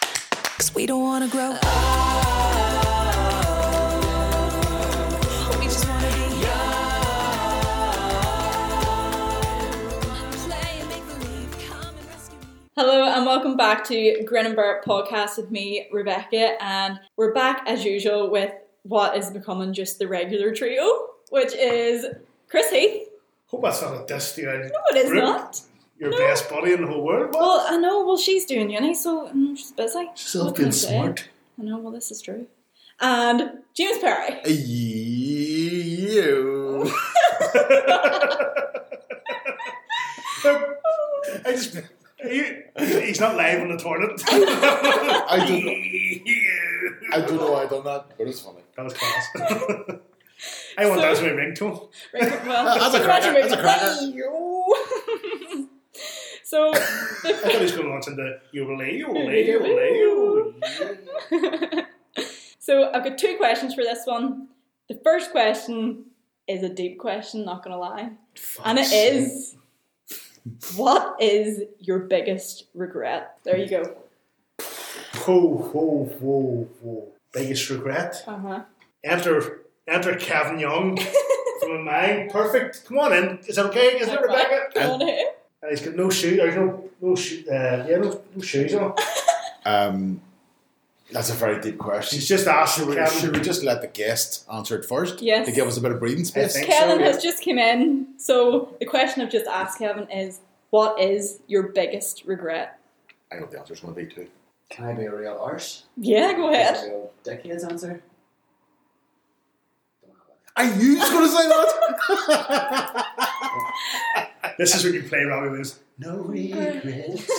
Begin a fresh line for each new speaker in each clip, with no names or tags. Cause we don't wanna grow up. We just wanna be young. Play and make believe. Come and rescue me.
Hello and welcome back to Grin and Bert podcast with me, Rebecca, and we're back as usual with what is becoming just the regular trio, which is Chris Heath.
Hope that's not a diss to your,
No, it is
Really?
not.
your best buddy in the whole world. What?
Well, I know. Well, she's doing uni, so mm, she's busy.
She's still
What can I
being
say?
smart.
I know. Well, this is true. And James Perry.
You.
I just, he, he's not live on the toilet.
I don't know. I don't know why I done that, but it's funny.
that was class. I want that as my ringtone.
Right, well,
That's a cracker,
graduated.
that's a cracker.
Hey, yo. so,
I thought he was going to launch into you relay, you relay, you relay, you
so I've got two questions for this one. The first question is a deep question, not gonna lie, and
Oh,
it is. What is your biggest regret? There you go.
Whoa, whoa, whoa, whoa. Biggest regret?
Uh huh.
Enter, enter Kevin Young from mine. Perfect. Come on in. Is it okay? Is it Rebecca? And he's got no shoes. There's no, no, shoe, uh, yeah, no, no shoes on.
Um, that's a very deep question.
She's just asked
Should we,
Kevin.
should we just let the guest answer it first?
Yes.
To give us a bit of breathing
I
space.
think
Kevin
so,
has just come in, so the question I've just asked Kevin is, "What is your biggest regret?"
I know what the answer's going to be too.
Can I be a real arse?
Yeah, go ahead.
Is a real dickhead's answer? Don't have
Are you just going to say that?
yeah. This is when you play Robbie Williams.
it. No regrets.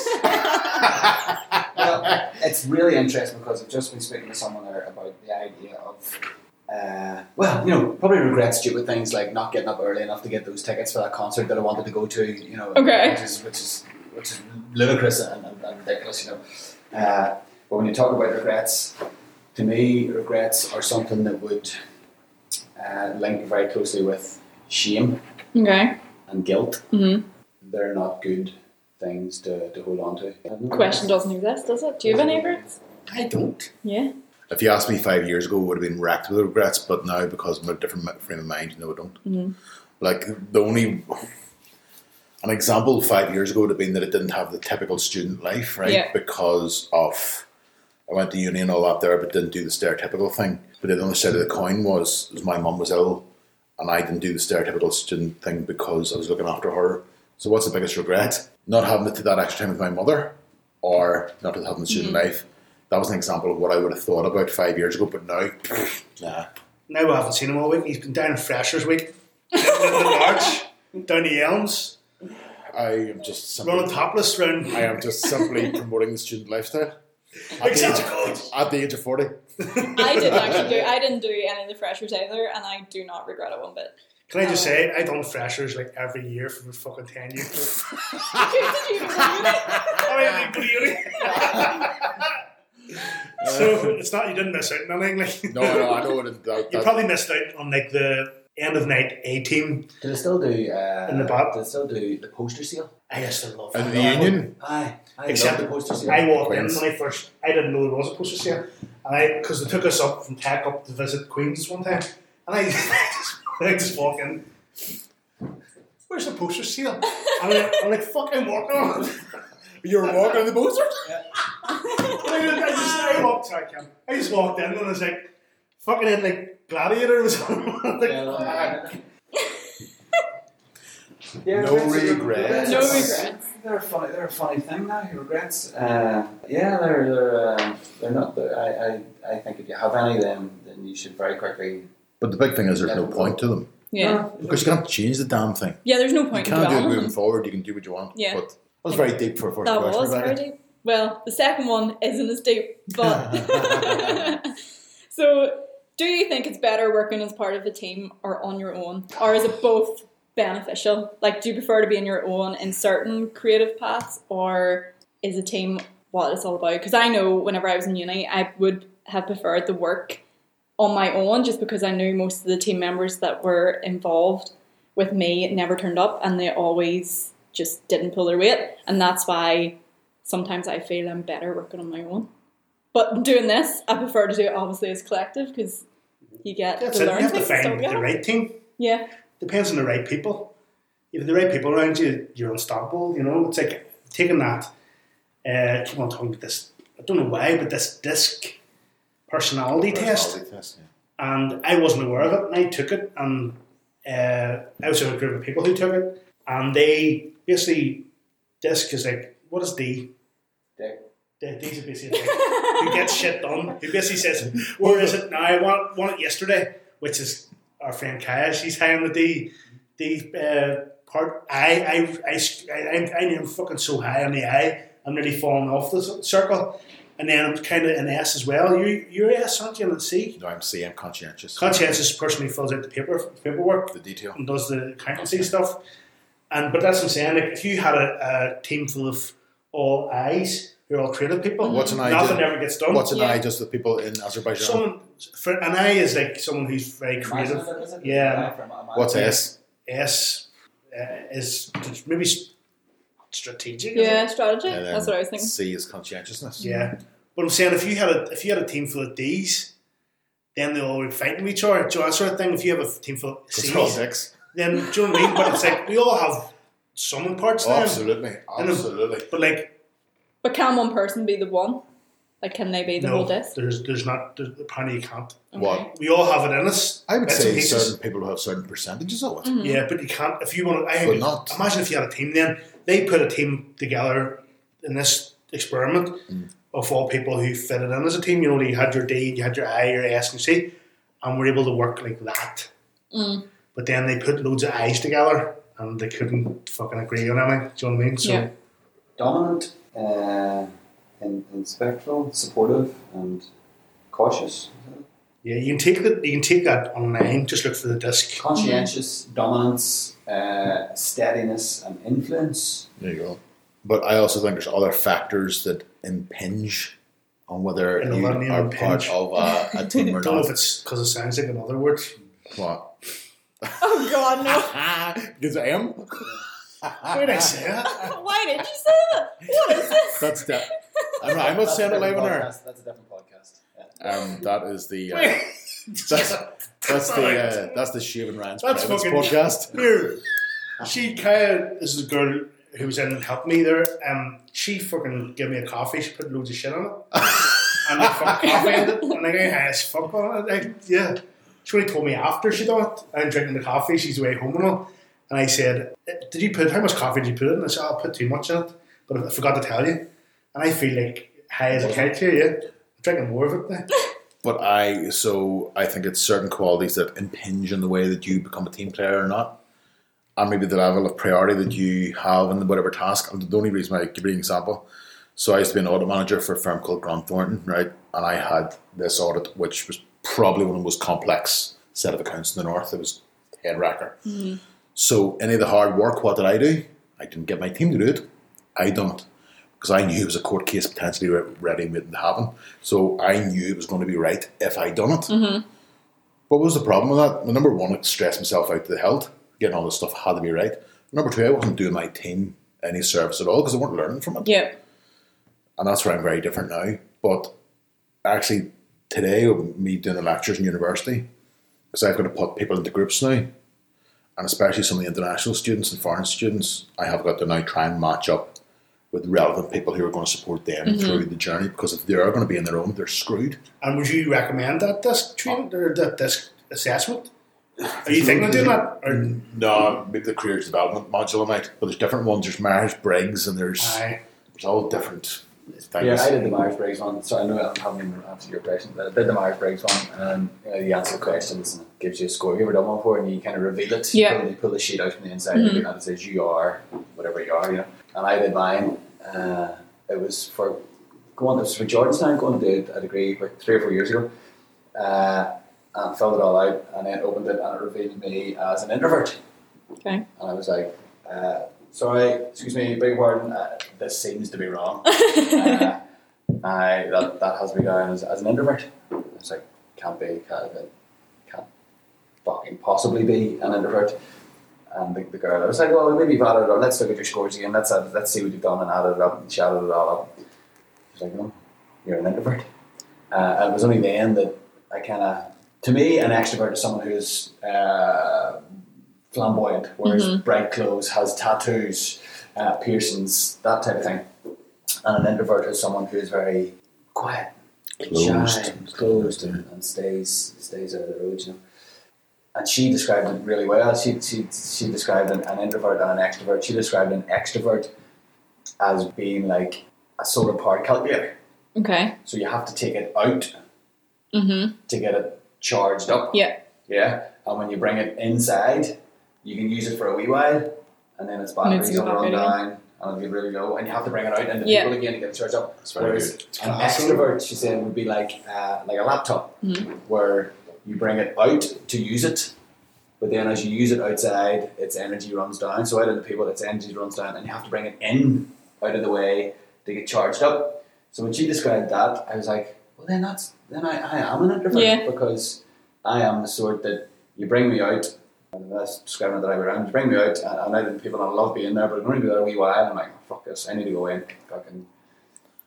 well, it's really interesting because I've just been speaking to someone there about the idea of, uh, well, you know, probably regret stupid things like not getting up early enough to get those tickets for that concert that I wanted to go to, you know,
Okay.
which is which is which is ludicrous and, and, and ridiculous, you know. Uh, but when you talk about regrets, to me, regrets are something that would uh, link very closely with shame
Okay.
and guilt.
Mhm.
They're not good things to, to hold on to.
Question doesn't exist, does it? Do you have any regrets?
I don't.
Yeah.
If you asked me five years ago, I would have been racked with regrets, but now because I'm in a different mi- frame of mind, no, I don't. Like the only an example five years ago would have been that I didn't have the typical student life, right?
Yeah.
Because of I went to uni and all that there, but didn't do the stereotypical thing. But the other side of the coin was, was my mum was ill, and I didn't do the stereotypical student thing because I was looking after her. So what's the biggest regret? Not having to that extra time with my mother, or not having the student
Mm.
life. That was an example of what I would have thought about five years ago, but now, nah.
Now we haven't seen him all week. He's been down in Freshers Week, down in the March, down the Elms,
I am just
running
simply,
topless round.
I am just simply promoting the student lifestyle. At the,
Exactly.
age, at the age of forty,
I didn't actually do. I didn't do any of the freshers either, and I do not regret it one bit.
Can I just say, I done Freshers like every year for fucking 10 years.
Did you really?
I mean, like, really? so it's not, you didn't miss out on anything. Like,
no, no, I know what it, that,
You
that,
probably missed out on like the end of night A team.
Do they still do uh,
In the pub?
Do they still do the poster sale?
I used to love
and
that.
the union.
Aye, I
Except
love the poster sale.
I walked
Queens.
in when I first. I didn't know there was a poster sale, and I because they took us up from Tech up to visit Queens one time, and I just, I just walk in. Where's the poster sale? And I'm like, I'm like fuck, I'm walking on. it."
You're walking on the posters.
And I, just- I just I walked. Sorry, Cam. I just walked in and I was like, fucking in like Gladiator or something. I'm like, "Ah,
Yeah, no,
"Fuck."
I- Yeah,
No
regrets are-
regrets.
No regrets.
They're a funny. They're a funny thing now. your Regrets. Uh, yeah, they're they're, uh, they're not. They're, I, I I think if you have any of them, then you should very quickly.
But the big thing is there's no point to them
Yeah.
because you can't change the damn thing.
Yeah. There's no
You
point in
can't do it
dwelling. on
moving
it.
forward. You can do what you want.
Yeah.
But that was very deep for a first
That
question.
was
Rebecca.
very deep. Well, the second one isn't as deep, but so do you think it's better working as part of a team or on your own, or is it both beneficial? Like, do you prefer to be on your own in certain creative paths, or is a team what it's all about? Because I know whenever I was in uni, I would have preferred the work on my own just because I knew most of the team members that were involved with me never turned up and they always just didn't pull their weight. And that's why sometimes I feel I'm better working on my own. But doing this, I prefer to do it obviously as collective because you get
That's
to
it. You
learn
have to
things. don't
find
you?
the right team.
Yeah,
Depends on the right people. If the right people around you, you're unstoppable. You know, it's like taking that. Uh, I keep on talking about this. I don't know why, but this disc personality test.
Personality test, yeah.
and I wasn't aware of it, and I took it, and uh, I was with a group of people who took it, and they basically disc is like, what is D?
Dick.
D- D's are basically like, who gets shit done. Who basically says, where is it now? I want, want it yesterday, which is our friend Kaya. She's high on the D. D uh, part. I I I I I- I am fucking so high on the I. I'm nearly falling off the c- circle. And then I'm kind of an S as well. You, you're S, aren't you? And C.
No, I'm C. I'm conscientious.
Conscientious person who fills out the paper paperwork
The detail.
and does the accountancy stuff. And but that's what I'm saying. Like if you had a, a team full of all eyes, you're all creative people.
What's an eye
Nothing
doing?
ever gets done.
What's an
Yeah.
eye just the people in Azerbaijan?
someone for an eye is like someone who's very creative. Yeah.
What's S?
S uh, is maybe s- strategic. is it?
yeah, strategy.
And then
That's what I was thinking.
C is conscientiousness.
Yeah. But I'm saying if you had a if you had a team full of D's, then they all would fight with each other. Do you know that sort of thing? If you have a team full of
It's
C's,
all six.
then do you know what I mean? But it's like we all have some parts
Oh,
now.
absolutely.
And-
Absolutely.
But like
But can one person be the one? Like, can they be the
no,
whole disc?
there's there's not there's, apparently you can't.
What?
We all have it in us.
I would
bits and
say
pieces.
certain people have certain percentages of it.
Hmm.
Yeah, but you can't if you want to. I
But
think
not.
imagine if you had a team. Then they put a team together in this experiment
Hmm.
of all people who fitted in as a team. You know, you had your D, you had your I, your S, and C, and were able to work like that.
Hmm.
But then they put loads of I's together, and they couldn't fucking agree on anything. Do you know what I mean? So
Yeah.
Dominant, uh, and, and spectral, supportive, and cautious.
yeah, you can take that. You can take that online. Just look for the disc.
Conscientious, dominance, uh, steadiness, and influence.
There you go. But I also think there's other factors that impinge on whether
And
you
let me
are
impinge.
part of a, a team or
I don't know
not.
if it's because it sounds like another word.
What?
Oh God, no!
because I am.
Why did I say that?
Why did you say that? What is this?
That's that. I'm not, I'm not
That's
saying
a
it live
different
on air.
podcast, That's a different podcast. Yeah.
Um, that is the uh,
Wait.
that's, that's the uh, that's the Shaven Ranch
That's
Privates
fucking-
podcast.
Here, she Kaya this is a girl who was in and helped me there. Um, she fucking gave me a coffee. She put loads of shit on it, and I fucked coffee in it, and I got high as fuck on it. Like, yeah, she only told me after she done it. I'm drinking the coffee. She's away home and all. And I said, "Eh, "Did you put how much coffee did you put in?" And I said, "I put too much in it, but I forgot to tell you." And I feel like high as a kite here. Yeah, I'm drinking more of it now.
But I so I think it's certain qualities that impinge on the way that you become a team player or not, and maybe the level of priority that you have in whatever task. And the only reason I give you an example, so I used to be an audit manager for a firm called Grant Thornton, right? And I had this audit, which was probably one of the most complex set of accounts in the north. It was head wrecker. So any of the hard work, what did I do? I didn't get my team to do it. I done it because I knew it was a court case potentially re- ready and waiting to happen. So I knew it was going to be right if I done it. What was the problem with that? Well, number one, it stressed myself out to the health. Getting all this stuff had to be right. Number two, I wasn't doing my team any service at all because I weren't learning from it
Yeah.
and that's where I'm very different now. But actually, today, with me doing the lectures in university, because I've got to put people into groups now, and especially some of the international students and foreign students, I have got to now try and match up with relevant people who are going to support them
Mm-hmm.
through the journey. Because if they are going to be in their own, they're screwed.
And would you recommend that disc treatment or that disc assessment? Are you thinking of doing that? Or,
No, maybe the careers development module might, but there's different ones. There's marriage breaks, and there's
Aye.
there's all different things.
Yeah, I did the Myers Briggs one. So I know I haven't even answered your question, but I did the Myers Briggs one, and you, know, you answer the questions and it gives you a score. Have you ever done one for it? And you kind of reveal it.
Yeah.
You pull the sheet out from the inside, and you know, it says you are whatever you are. You know, and I did mine. Uh, it was for going. It was for Georgetown. Going to do a degree like three or four years ago. Uh, and filled it all out, and then opened it, and it revealed me as an introvert.
Okay.
And I was like, uh, sorry, excuse me, big pardon, uh, this seems to be wrong. uh, I, that, that has me down as, as an introvert. I was like, can't be, can't, be- can't fucking possibly be an introvert. And the, the girl, I was like, well, maybe you've added it up, let's look at your scores again, let's, add, let's see what you've done and added it up and shadowed it all up. She's like, no, you're an introvert. Uh, and it was only then that I kind of, to me, an extrovert is someone who's uh, flamboyant, wears bright clothes, has tattoos, uh, piercings, that type of thing. And an introvert is someone who's very quiet,
Closed.
shy, closed, and, and stays stays out of the road. You know. And she described it really well. She she, she described an, an introvert and an extrovert. She described an extrovert as being like a solar powered calculator.
Okay.
So you have to take it out
Mm-hmm.
to get it charged up.
Yeah.
Yeah. And when you bring it inside, you can use it for a wee while, and then its
And it's
batteries will
gonna
run
go back
down, and it'll be really low, and you have to bring it out into
Yeah.
people again to get it charged up.
That's very
Whereas
good.
An
class.
extrovert, she said, would be like uh, like a laptop,
Mhm.
where you bring it out to use it, but then as you use it outside, its energy runs down. So out of the people, its energy runs down, and you have to bring it in out of the way to get charged up. So when she described that, I was like, well, then that's then I, I am an introvert
Yeah.
because I am the sort that you bring me out. And that's describing it the right way around. You bring me out, and and I know that people don't love being there, but I'm going to be there a wee while. I'm like, "Oh, fuck this, I need to go in. Fucking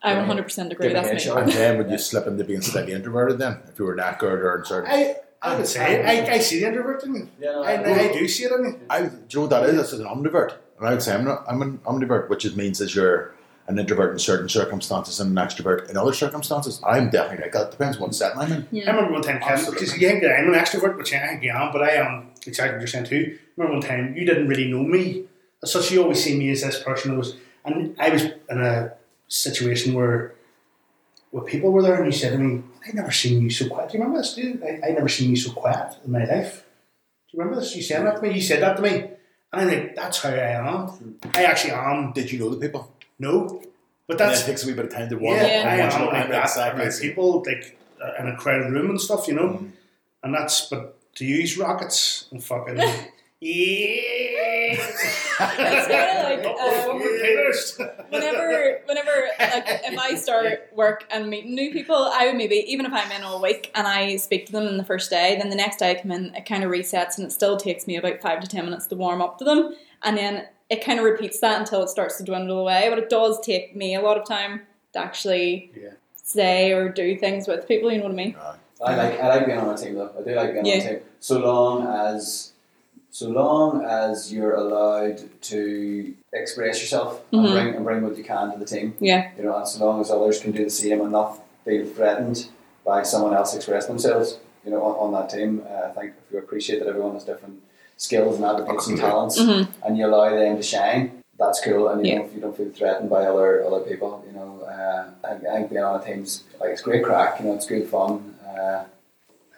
I
Yeah.
100% agree.
Give it a
That's me.
headshot.
And then would you slip into being slightly introverted then, if you were knackered or uncertain?
I, I would say, I, I see the introvert in you.
Yeah, no,
I, I do see it in you.
I, do you know what that is? That's an omnivert. And I would say I'm, not, I'm an omnivert, which is, means that you're an introvert in certain circumstances and an extrovert in other circumstances. I'm definitely like that. Depends what setting I'm in.
I remember one time, Kevin, because you think that I'm an extrovert, which I think I am, but I am exactly what you're saying too. remember one time, you didn't really know me as such. You always see me as this person who was, and I was in a situation where where people were there, and you said to me, i never seen you so quiet. Do you remember this, dude? I, I never seen you so quiet in my life. Do you remember this? You said that to me. You said that to me. And I'm like, that's how I am. I actually am.
Did you know the people?
No. But
That's,
that's
it takes a wee bit of time to warm
yeah,
up.
Yeah.
I
Once you
am
know
like
I'm
that.
exactly-
Like people like uh, in a crowded room and stuff, you know. And that's but to use rockets and fucking yeah.
That's kinda like,
Up
um,
fucking Peters.
whenever whenever like if I start work and meet new people, I would maybe even if I'm in all week and I speak to them in the first day, then the next day I come in, it kind of resets and it still takes me about five to ten minutes to warm up to them, and then it kind of repeats that until it starts to dwindle away. But it does take me a lot of time to actually
Yeah.
say or do things with people. You know what I mean?
I like I like being on a team though. I do like being on
Yeah.
a team. So long as so long as you're allowed to express yourself
Mhm.
and bring and bring what you can to the team.
Yeah.
You know, and so long as others can do the same and not feel threatened by someone else expressing themselves. You know, on, on that team, uh, I think if you appreciate that everyone has different skills and attributes and
Absolutely.
talents,
Mhm.
and you allow them to shine. That's cool, and you
Yeah.
know, if you don't feel threatened by other other people, you know, uh, I, I think being on a team's like it's great crack. You know, it's good fun. Uh,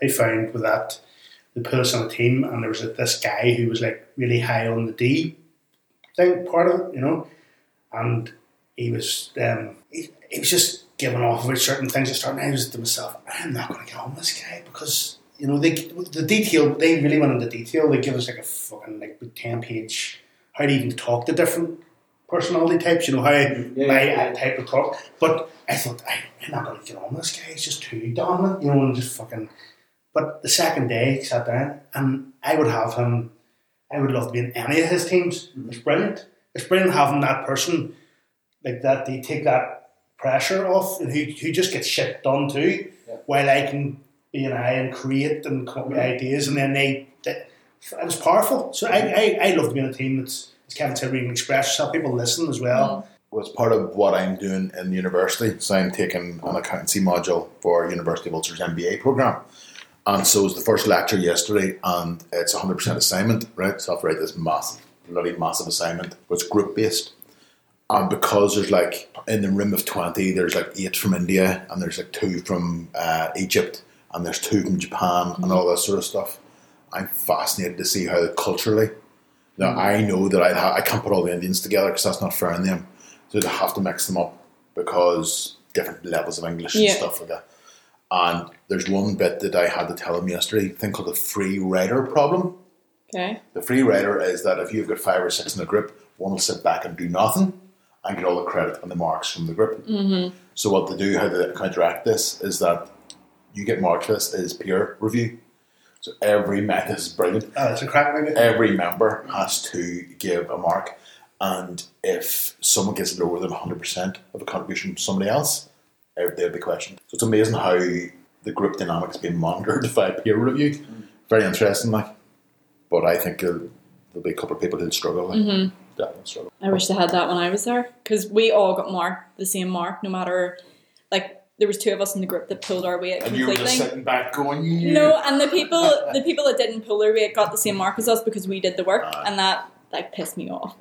I found with that they put us on a team and there was a, this guy who was like really high on the D thing part of it, you know, and he was um, he, he was just giving off about certain things at start and I was to myself, I'm not going to get on with this guy because you know they the detail they really went into detail. They give us like a fucking like ten page how to even talk to different personality types. You know how
Mm, yeah,
my
yeah.
type of talk, but I thought I, I'm not going to get on with this guy. He's just too dominant. You know, and just fucking. But the second day, he sat down, and I would have him. I would love to be in any of his teams. It's brilliant. It's brilliant having that person like that. They take that pressure off, and who who just gets shit done too.
Yeah.
While I can be an eye and create and come up with ideas, and then they. they it was powerful. So I, I, I love to be in a team that's, as Kevin said, we can express yourself, people listen as well.
was part of what I'm doing in university. So I'm taking an accountancy module for University of Ulster's MBA program. And so it was the first lecture yesterday, and it's 100% assignment, right? So I've read this massive, bloody massive assignment, but it's group based. And because there's like, in the room of 20, there's like eight from India, and there's like two from uh, Egypt, and there's two from Japan, and all that sort of stuff. I'm fascinated to see how culturally. Now, I know that I, ha- I can't put all the Indians together because that's not fair on them. So they have to mix them up because different levels of English
Yeah.
and stuff like that. And there's one bit that I had to tell him yesterday, a thing called the free rider problem.
Okay.
The free rider is that if you've got five or six in a group, one will sit back and do nothing and get all the credit and the marks from the group. So what they do, how they counteract this, is that you get marked for this is peer review. So every method is brilliant
Oh, it's a crack maybe.
every member has to give a mark, and if someone gets lower than 100% of a contribution from somebody else, eh, they'd be questioned. So it's amazing how the group dynamics being monitored via peer review. Very interesting, like. But I think there'll, there'll be a couple of people who'll struggle. Like,
Mm-hmm.
Definitely struggle.
I wish they had that when I was there because we all got marked the same mark, no matter like there was two of us in the group that pulled our weight
And you were
completely.
just sitting back going,
no, and the people the people that didn't pull their weight got the same mark as us because we did the work,
Uh.
Aye.
and that like pissed me off.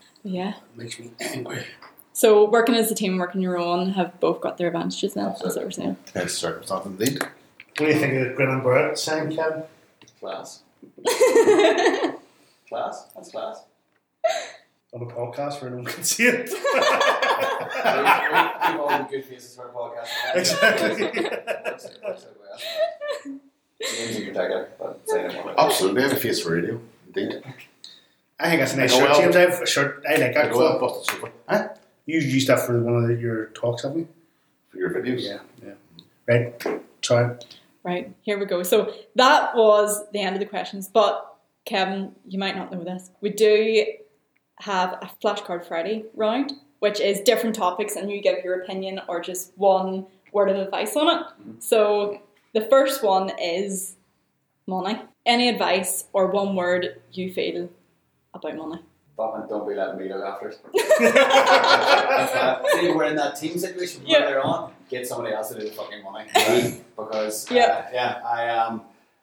yeah.
Makes me angry.
So working as a team, working your own, have both got their advantages now.
That's
That's
it.
what we're saying.
Depends on circumstance indeed.
What do you think of the grin and bear it sign, Kevin?
Class. Class? That's class.
On a podcast where no one can see it.
We've all the good faces for a podcast.
exactly.
Works out- works out well. James, you can take it, but say no more.
Absolutely, I have a face for radio. Indeed.
I think that's a nice
Like a
shirt,
well-
James. I have a shirt. I like
I
that.
go out,
colour.
busted sober. Eh?
You used that for one of the- your talks, haven't you?
For your videos.
yeah. Right. Sorry.
Right, here we go. So that was the end of the questions, but Kevin, you might not know this. We do have a flashcard Friday round, which is different topics and you give your opinion or just one word of advice on it. So the first one is money. Any advice or one word you feel about money?
But don't be letting me look after it. See, we're in that team situation from
Yeah.
earlier on. Get somebody else to do the fucking money because uh,
Yeah.
yeah, I um,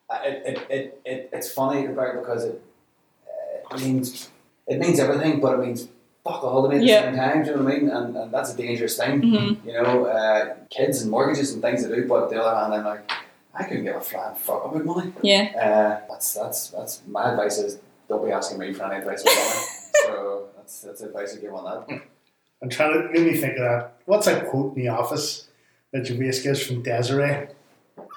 I- it, it, it, it, it's funny about because it, uh, it means it means everything, but it means fuck all to me at
Yeah.
the same time. Do you know what I mean? And, and that's a dangerous thing.
Mhm.
You know, uh, kids and mortgages and things to do. But on the other hand, I'm like, I couldn't give a flying fuck about money.
Yeah.
Uh, that's that's that's my advice is don't be asking me for any advice with money. so that's that's advice I give on that.
I'm trying to really think of that. What's that quote in the office that Gervais gives from Desiree?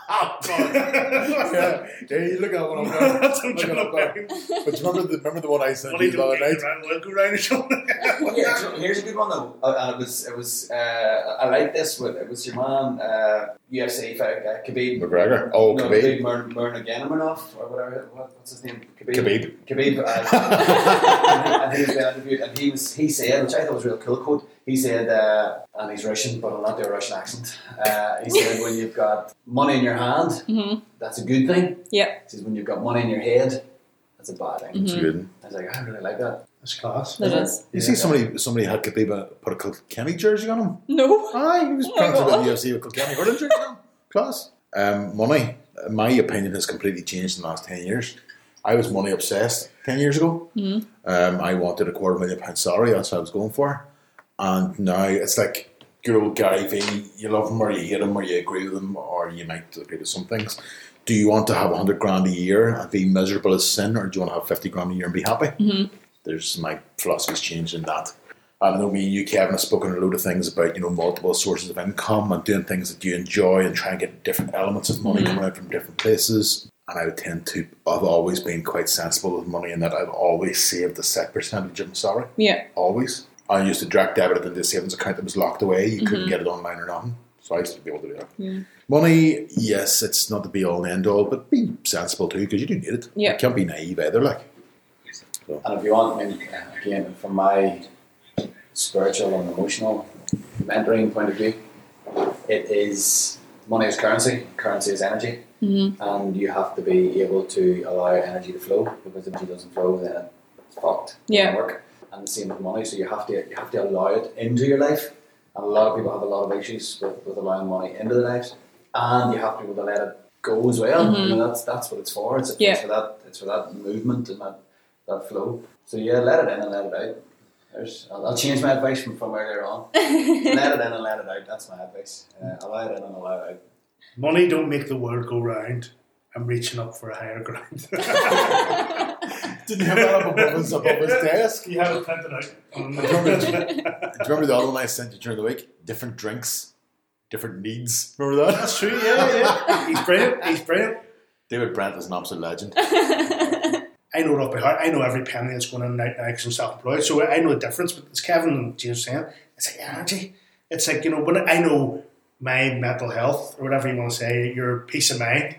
Oh, yeah, yeah, you look at one of them.
That's what I'm
Look
trying
at
to
one of them.
think.
But you remember the, remember the one I sent
Money
you the
don't
other
get
night?
you around, we'll go round or something.
Here's, here's a good one though, uh, and it was it was uh, I like this one. It was your man uh, UFC fight guy Khabib.
McGregor. Oh,
no,
Khabib.
Khabib Mur- Murnaganimov or whatever. What, what's his name?
Khabib.
Khabib, uh, and he was being interviewed, and he was he said, which I thought was a real cool quote. He said, uh, and he's Russian, but I'll not do a Russian accent. Uh, he said, when you've got money in your hand,
Mhm.
that's a good thing.
Yeah. Mm-hmm.
He says, when you've got money in your head, that's a bad thing.
It's good.
I was like, I really like that.
That's class.
That is.
You
Yeah.
see, somebody somebody had Khabib put a Kilkenny jersey on him.
No.
Aye, he was
Oh my
playing for the
God.
UFC with Kilkenny Hurling jersey on. Class. Um, money. Uh, My opinion has completely changed in the last 10 years. I was money obsessed 10 years ago.
Mm-hmm.
Um, I wanted a quarter million pound salary, that's what I was going for. And now it's like good old Gary Vee, you love him or you hate him or you agree with him or you might agree with some things. Do you want to have 100 grand a year and be miserable as sin or do you want to have 50 grand a year and be happy?
Mm-hmm.
there's my philosophy's changed in that. I know me and you, Kevin, have spoken a load of things about you know multiple sources of income and doing things that you enjoy and trying to get different elements of money coming out from different places. And I would tend to. I've always been quite sensible with money in that I've always saved a set percentage of my salary.
Yeah.
Always. I used to direct debit it into a savings account that was locked away. You couldn't get it online or nothing. So I used to be able to do that. Money, yes, it's not the be all and end all, but be sensible too because you do need it.
Yeah.
You can't be naive either. Like
And if you want, I mean, uh, again, from my spiritual and emotional mentoring point of view, it is money is currency, currency is energy,
Mhm.
and you have to be able to allow energy to flow because if energy doesn't flow, then it's fucked. It
Yeah.
doesn't Work. And the same with money, so you have to you have to allow it into your life. And a lot of people have a lot of issues with, with allowing money into their lives, and you have to be able to let it go as well. You know, that's that's what it's for. It's,
Yeah.
it's for that it's for that movement and that, that flow. So yeah, let it in and let it out. There's, I'll, I'll change my advice from, from earlier on. let it in and let it out. That's my advice. Uh, allow it in and allow it out.
Money don't make the world go round. I'm reaching up for a higher ground.
didn't have that up above his, above his desk.
you have it printed out. on the-
Do you remember the other one I sent you during the week? Different drinks, different needs. Remember that?
That's true, yeah, yeah. He's brilliant, he's brilliant.
David Brent is an absolute legend.
I know it off by heart. I know every penny that's going in and out now because I'm self-employed. So I know the difference. But it's Kevin and James saying it's like energy. It's like you know when I know my mental health or whatever you want to say, your peace of mind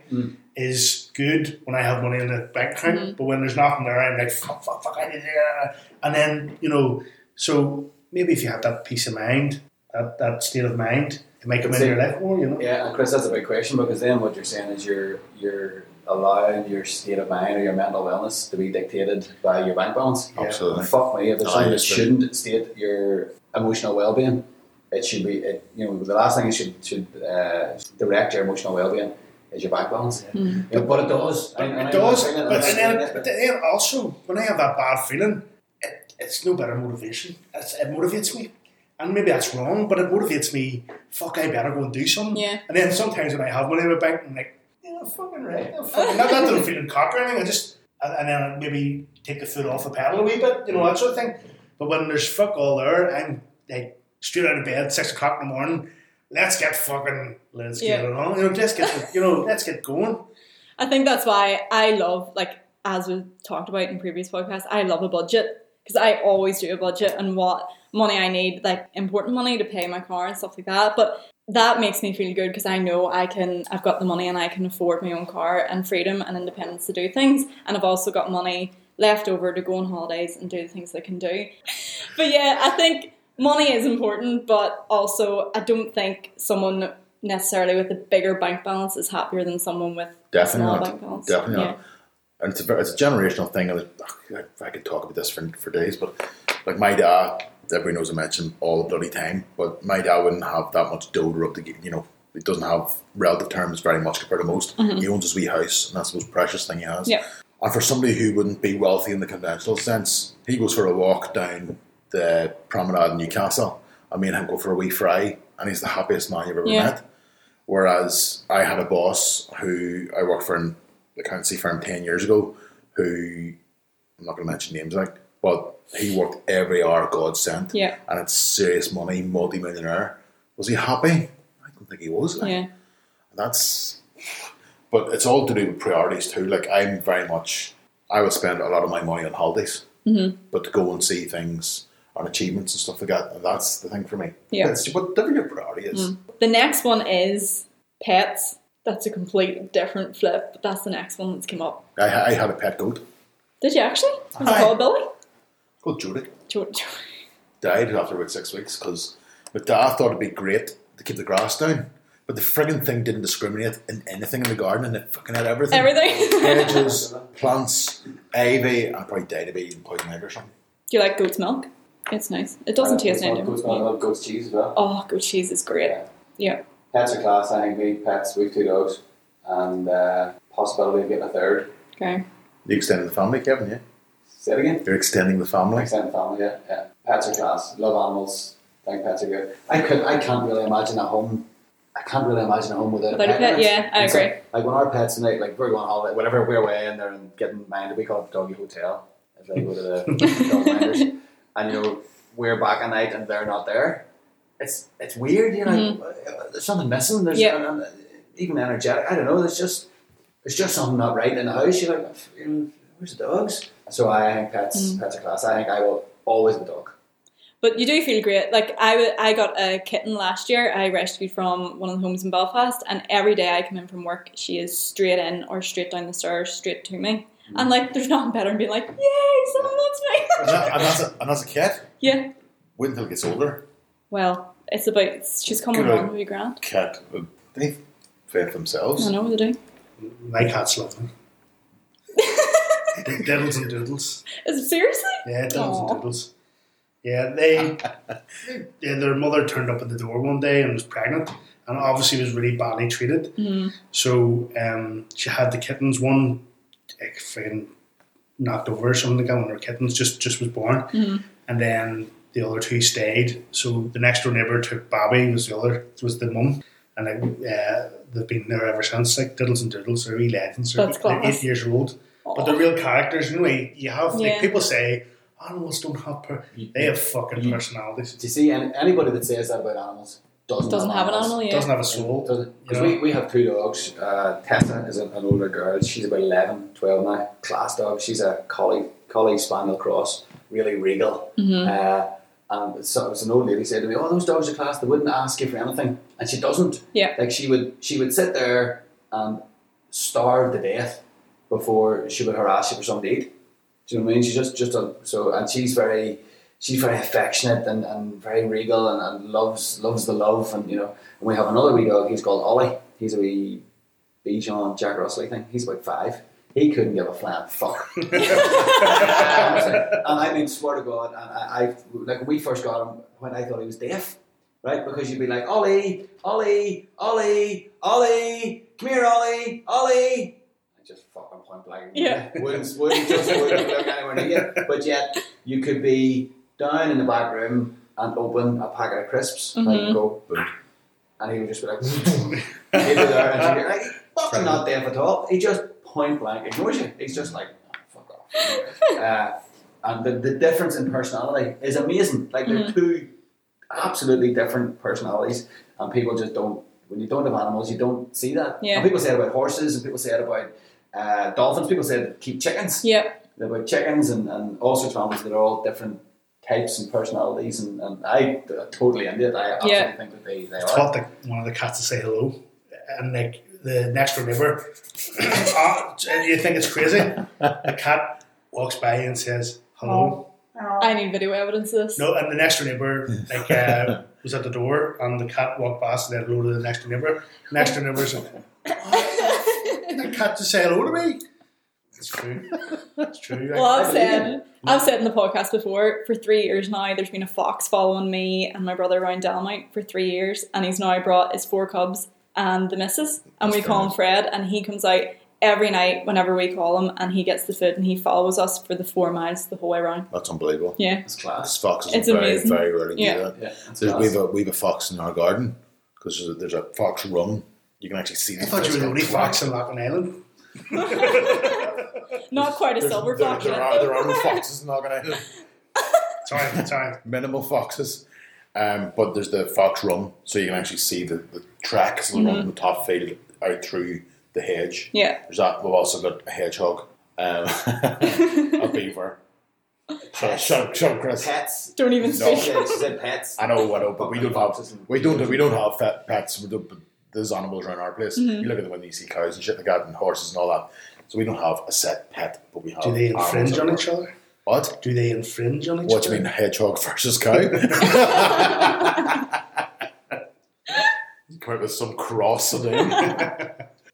is good when I have money in the bank account. But when there's nothing there, I'm like fuck, fuck, fuck. I need to-" And then you know, so maybe if you had that peace of mind, that that state of mind, to make them in your life more, you know?
Yeah, and Chris, that's a big question because then what you're saying is you're you're allowing your state of mind or your mental wellness to be dictated by your bank balance.
Yeah.
Absolutely.
Fuck me, if
No,
there's
I
something that
understand.
shouldn't state your emotional well-being, it should be it, you know the last thing it should should uh, direct your emotional well-being is your bank balance.
Hmm.
Yeah, but it does. I- I-
It does,
I- I-
but and then, but then also when I have that bad feeling, it, it's no better motivation. It's, it motivates me, and maybe that's wrong, but it motivates me. Fuck, I better go and do something.
Yeah.
And then sometimes when I have money in my bank, I'm like, yeah, I'm fucking right. I'm fucking not, not that I'm feeling cock or anything. I just and, and then maybe take the foot off the pedal a wee bit, you know that sort of thing. But when there's fuck all there, I'm like straight out of bed, six o'clock in the morning. Let's get fucking let's get
Yeah.
it on. You know, just get you know, let's get going.
I think that's why I love, like, as we talked about in previous podcasts, I love a budget because I always do a budget and what money I need, like important money to pay my car and stuff like that. But that makes me feel good because I know I can, I've got the money and I can afford my own car and freedom and independence to do things. And I've also got money left over to go on holidays and do the things I can do. But yeah, I think money is important, but also I don't think someone necessarily with a bigger bank balance is happier than someone with
Definitely
small
not.
bank balance.
Definitely
yeah.
not. And it's a, ver- it's a generational thing. and it- I could talk about this for, for days, but like my dad, everybody knows I mention all the bloody time, but my dad wouldn't have that much dough to rub the, you know, it doesn't have relative terms very much compared to most. He owns his wee house, and that's the most precious thing he has.
Yeah.
And for somebody who wouldn't be wealthy in the conventional sense, he goes for a walk down the promenade in Newcastle. I mean, him go for a wee fry, and he's the happiest man you've ever
Yeah.
met. Whereas I had a boss who I worked for in the accountancy firm 10 years ago, who I'm not going to mention names like, but he worked every hour God sent.
Yeah.
And it's serious money, multi millionaire. Was he happy? I don't think he was. like.
Yeah.
That's. But it's all to do with priorities too. Like, I'm very much. I would spend a lot of my money on holidays, mm-hmm. but to go and see things on achievements and stuff like that, and that's the thing for me.
Yeah.
It's whatever your priority is.
The next one is pets. That's a complete different flip, but that's the next one that's come up.
I, I had a pet goat
Did you actually? Was it
Aye.
called Billy?
called Judy.
Jo- Jo-
died after about six weeks because my dad thought it'd be great to keep the grass down, but the frigging thing didn't discriminate in anything in the garden and it fucking had everything.
Everything. Do
Hedges, plants, ivy, and probably died of eating poison ivy or something.
you like goat's milk? It's nice. It doesn't taste any different.
Goat's milk, I love goat's cheese as well.
Oh, goat cheese is great. Yeah.
Pets are class. I think we pets. We've two dogs, and uh, possibility of getting a third.
Okay.
You extending the family, Kevin, yeah?
Say it again.
You're extending the family.
Extended family. Yeah, yeah. Pets are class. Love animals. Think pets are good. I could. I can't really imagine a home. I can't really imagine a home without
Without a pet,
in it.
yeah, I
And so,
agree.
like when our pets and they like we're going on holiday, whenever we're away and they're in- getting minded, we call it doggy hotel. If they go to the dog minders, and you know we're back at night and they're not there. It's it's weird, you know.
Mm-hmm.
uh, There's something missing. There's
Yeah.
and- and even energetic. I don't know. There's just there's just something not right in the house. You're like, you know, where's the dogs? So I think pets
Mm.
pets are class. I think I will always have a dog.
But you do feel great. Like I, w- I got a kitten last year. I rescued from one of the homes in Belfast, and every day I come in from work, she is straight in or straight down the stairs, straight to me. And like, there's nothing better than being like, "Yay, someone loves
And,
me!"
that, and, that's a, and that's a cat.
yeah.
Wait until it gets older.
Well, it's about she's coming
Good.
along to be grand.
Cat, uh, they fend for
I
themselves.
don't know what to do.
My cat's lovely. Devils and doodles.
Is it seriously?
Yeah, devils
Aw.
and doodles. Yeah, they. yeah, their mother turned up at the door one day and was pregnant, and obviously was really badly treated.
Hmm.
So um, she had the kittens. One, like, friggin' knocked over or something. like that, One of her kittens just just was born,
Mm-hmm.
and then the other two stayed. So the next door neighbor took Bobby. who Was the other was the mum. And like, uh, they've been there ever since. Like Diddles and Doodles, they're wee legends. They're,
That's
they're
class.
eight years old. But they're real characters, you know. You you have
Yeah.
like, people say animals don't have per- they have fucking personalities.
Do you see any, anybody that says that about animals doesn't
Doesn't have an animal yet.
Doesn't have a soul.
Because
Yeah.
we, we have two dogs. Uh, Tessa is an, an older girl. She's about 11, 12 now. Class dog. She's a collie, collie spaniel cross. Really regal. Uh, and so, so an old lady said to me, "Oh, those dogs are class. They wouldn't ask you for anything." And she doesn't.
Yeah.
Like she would, she would sit there and starve to death before she would harass you for something to eat. Do you know what I mean? She's just just a, so, and she's very she's very affectionate and, and very regal and, and loves loves the love and you know and we have another wee dog he's called Ollie he's a wee Bichon Jack Russell I think he's about five he couldn't give a flying fuck and I mean swear to God and I, I like when we first got him when I thought he was deaf right because you'd be like Ollie Ollie Ollie Ollie come here Ollie Ollie I just fucking point blank
Yeah.
wouldn't, wouldn't just wouldn't look anywhere near you but yet you could be down in the back room and open a packet of crisps
Mhm.
like go and he would just be like he'd be there and she'd be like fucking not deaf at all he just point blank ignores you he's just like "Ah, fuck off uh, and the, the difference in personality is amazing like they're
Mm-hmm.
two absolutely different personalities and people just don't when you don't have animals you don't see that
Yeah.
and people say it about horses and people say it about uh, dolphins people say it keep chickens
Yeah.
they're about chickens and, and all sorts of animals that are all different types and personalities and, and I uh, totally ended it. I absolutely
Yeah.
think that they, they
I
are.
taught the, one of the cats to say hello, and like the next door neighbour, ah, you think it's crazy? The cat walks by and says hello.
I need video evidence of this.
No, and the next door neighbour like uh, was at the door, and the cat walked past and said hello to the next door neighbour. Next door neighbour said, "The cat just say hello to me." It's true. It's true.
Well, I've
I
said I've said in the podcast before. For three years now, there's been a fox following me and my brother around Dalmite for three years, and he's now brought his four cubs and the missus, and we
That's
call
nice.
him Fred, and he comes out every night whenever we call him, and he gets the food and he follows us for the four miles the whole way around.
That's unbelievable.
Yeah,
It's class.
This foxes
It's
very,
amazing.
very rarely
Yeah.
do that.
Yeah, it's
There's,
class.
we've a we've a fox in our garden because there's, a- there's a fox run. You can actually see.
I thought you were the only fox in Loughlin Island.
not quite a silver
there,
fox.
There
yet.
are there are no foxes in Logan Island.
Sorry, sorry.
Minimal foxes. Um, but there's the fox run, so you can actually see the, the tracks that run
Mm-hmm.
from the top field out through the hedge.
Yeah,
There's that. We've also got a hedgehog, um, a beaver. Shut, shut, shut, Chris.
Pets.
don't even
No.
She
speak.
said- she said pets.
I know, I know, but we don't
Foxes
have
and-
we don't we don't have fat pets. We don't, but there's animals around our place. You look at them when you see cows and shit like that, and horses and all that. So we don't have a set pet, but we have.
Do they
animals
infringe on
everywhere.
each other?
What?
Do they infringe on each
What do
other?
you mean, hedgehog versus cow? Come out with some cross of them.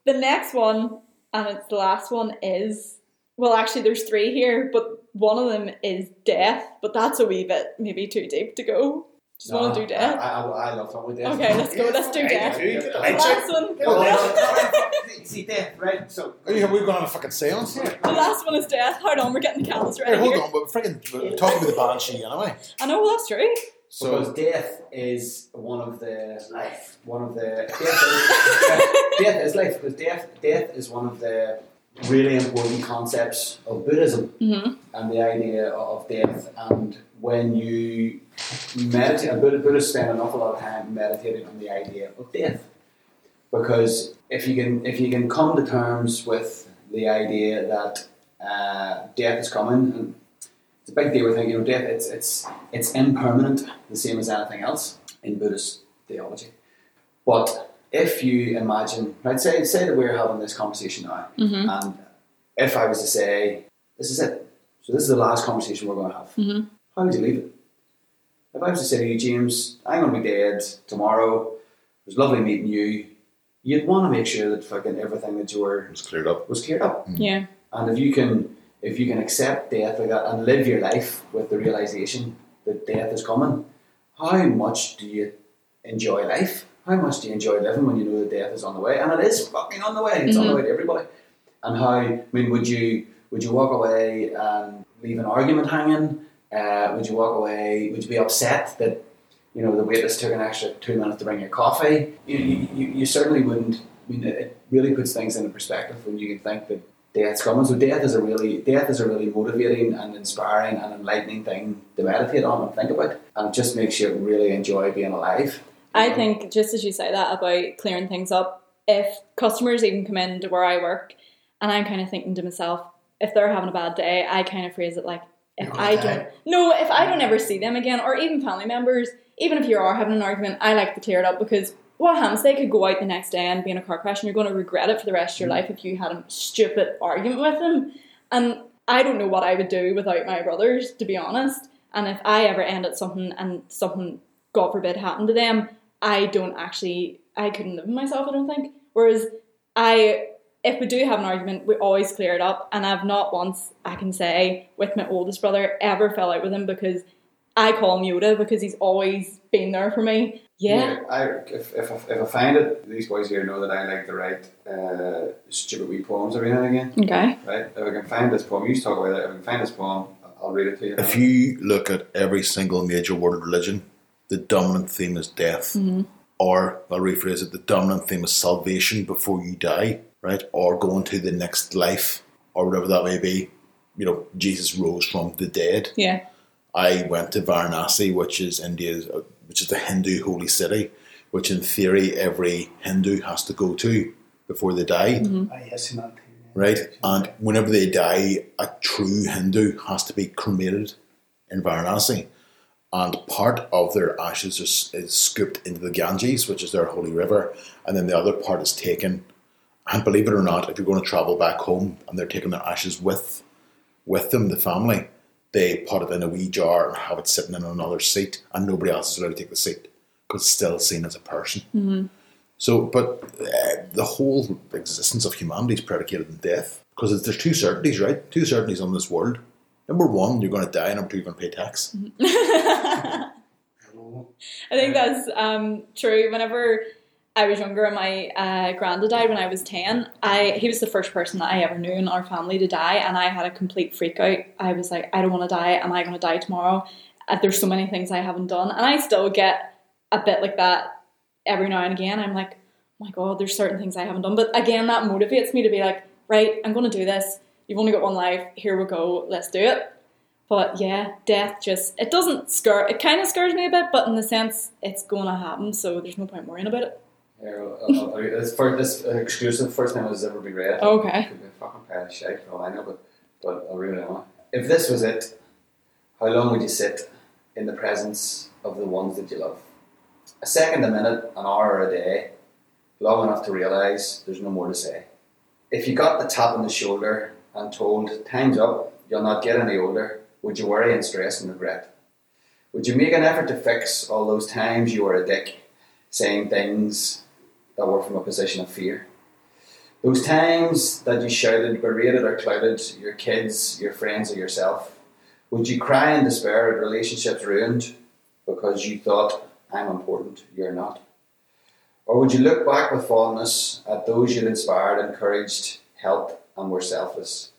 The next one, and it's the last one, is well, actually, there's three here, but one of them is death, but that's a wee bit maybe too deep to go. Just want to do
I,
death.
I, I, I love fun with death.
okay, let's go. Let's do
I
death.
do.
Yeah.
I
The
do.
last one.
No, no, no, no. See death, right? So
Are you, we're going on a fucking seance here.
The last one is death. Hold on, we're getting the calendars
Here,
right
hold
here.
on, we're freaking we're talking to the banshee anyway.
I know well, that's true.
So
because death is one of the life. One of the death is, death is life because death death is one of the really important concepts of Buddhism.
Mm-hmm.
and the idea of death. And when you meditate, and Buddha- Buddhists spend an awful lot of time meditating on the idea of death, because if you can if you can come to terms with the idea that uh, death is coming, and it's a big deal. I think you know death. It's it's it's impermanent, the same as anything else in Buddhist theology. But if you imagine, right, say say that we're having this conversation now,
Mhm.
and if I was to say, this is it. So this is the last conversation we're going to have.
Mhm.
How would you leave it? If I was to say to you, James, I'm going to be dead tomorrow. It was lovely meeting you. You'd want to make sure that fucking everything that you were
it's cleared up.
was cleared up.
Yeah.
And if you can, if you can accept death like that and live your life with the realization that death is coming, how much do you enjoy life? How much do you enjoy living when you know that death is on the way? And it is fucking on the way. It's on the way to everybody. And how? I mean, would you would you walk away and leave an argument hanging? Uh, would you walk away? Would you be upset that you know, the waitlist took an extra two minutes to bring your coffee. You, you, you, you certainly wouldn't. I mean, it- it really puts things into perspective when you can think that death's coming. So death is a really death is a really motivating and inspiring and enlightening thing to meditate on and think about, and it just makes you really enjoy being alive.
I think just as you say that about clearing things up, if customers even come in to where I work, and I'm kind of thinking to myself, if they're having a bad day, I kind of phrase it like, if
You're
I
gonna
don't, no, if I don't ever see them again, or even family members, even if you are having an argument, I like to clear it up because what happens? They could go out the next day and be in a car crash, and you're going to regret it for the rest of your life if you had a stupid argument with them. And I don't know what I would do without my brothers, to be honest. And if I ever end at something and something, God forbid, happened to them, I don't actually, I couldn't live with myself, I don't think. Whereas I, if we do have an argument, we always clear it up. And I've not once, I can say, with my oldest brother, ever fell out with him because I call him Yoda because he's always been there for me. Yeah.
I, if, if, if I find it, these boys here know that I like to write uh, stupid wee poems every now and again,
Okay.
right? If I can find this poem, you talk about it, if I can find this poem, I'll read it to you.
If you look at every single major world religion, the dominant theme is death. Or, I'll rephrase it, the dominant theme is salvation before you die, right? Or going to the next life, or whatever that may be. You know, Jesus rose from the dead.
Yeah.
I went to Varanasi, which is India's, uh, which is the Hindu holy city, which in theory every Hindu has to go to before they die,
Ah, yes, in that too, yeah.
right? And whenever they die, a true Hindu has to be cremated in Varanasi, and part of their ashes is, is scooped into the Ganges, which is their holy river, and then the other part is taken. And believe it or not, if you're going to travel back home and they're taking their ashes with with them, the family, they put it in a wee jar and have it sitting in another seat, and nobody else is allowed to take the seat because it's still seen as a person. So, but uh, the whole existence of humanity is predicated on death because there's two certainties, right? Two certainties on this world. Number one, you're going to die, and number two, you're going to pay tax.
I think that's um, true. Whenever I was younger and my uh, granddad died when I was 10, I he was the first person that I ever knew in our family to die, and I had a complete freak out. I was like, I don't want to die. Am I going to die tomorrow? Uh, there's so many things I haven't done. And I still get a bit like that every now and again. I'm like, oh my God, there's certain things I haven't done. But again, that motivates me to be like, right, I'm going to do this. You've only got one life. Here we go. Let's do it. But yeah, death just it doesn't scare it kind of scares me a bit, but in the sense it's gonna happen, so there's no point worrying about it.
Here, I'll- I'll- I'll read- this, first, this uh, exclusive first time it's ever been read.
Okay.
Could be a fucking pile of shite for all I know, but, but I'll read it on. If this was it, how long would you sit in the presence of the ones that you love? A second, a minute, an hour, or a day, long enough to realise there's no more to say. If you got the tap on the shoulder and told, time's up, you'll not get any older, would you worry and stress and regret? Would you make an effort to fix all those times you were a dick, saying things that were from a position of fear. Those times that you shouted, berated, or clouded your kids, your friends, or yourself, would you cry in despair at relationships ruined because you thought, I'm important, you're not? Or would you look back with fondness at those you'd inspired, encouraged, helped, and were selfless?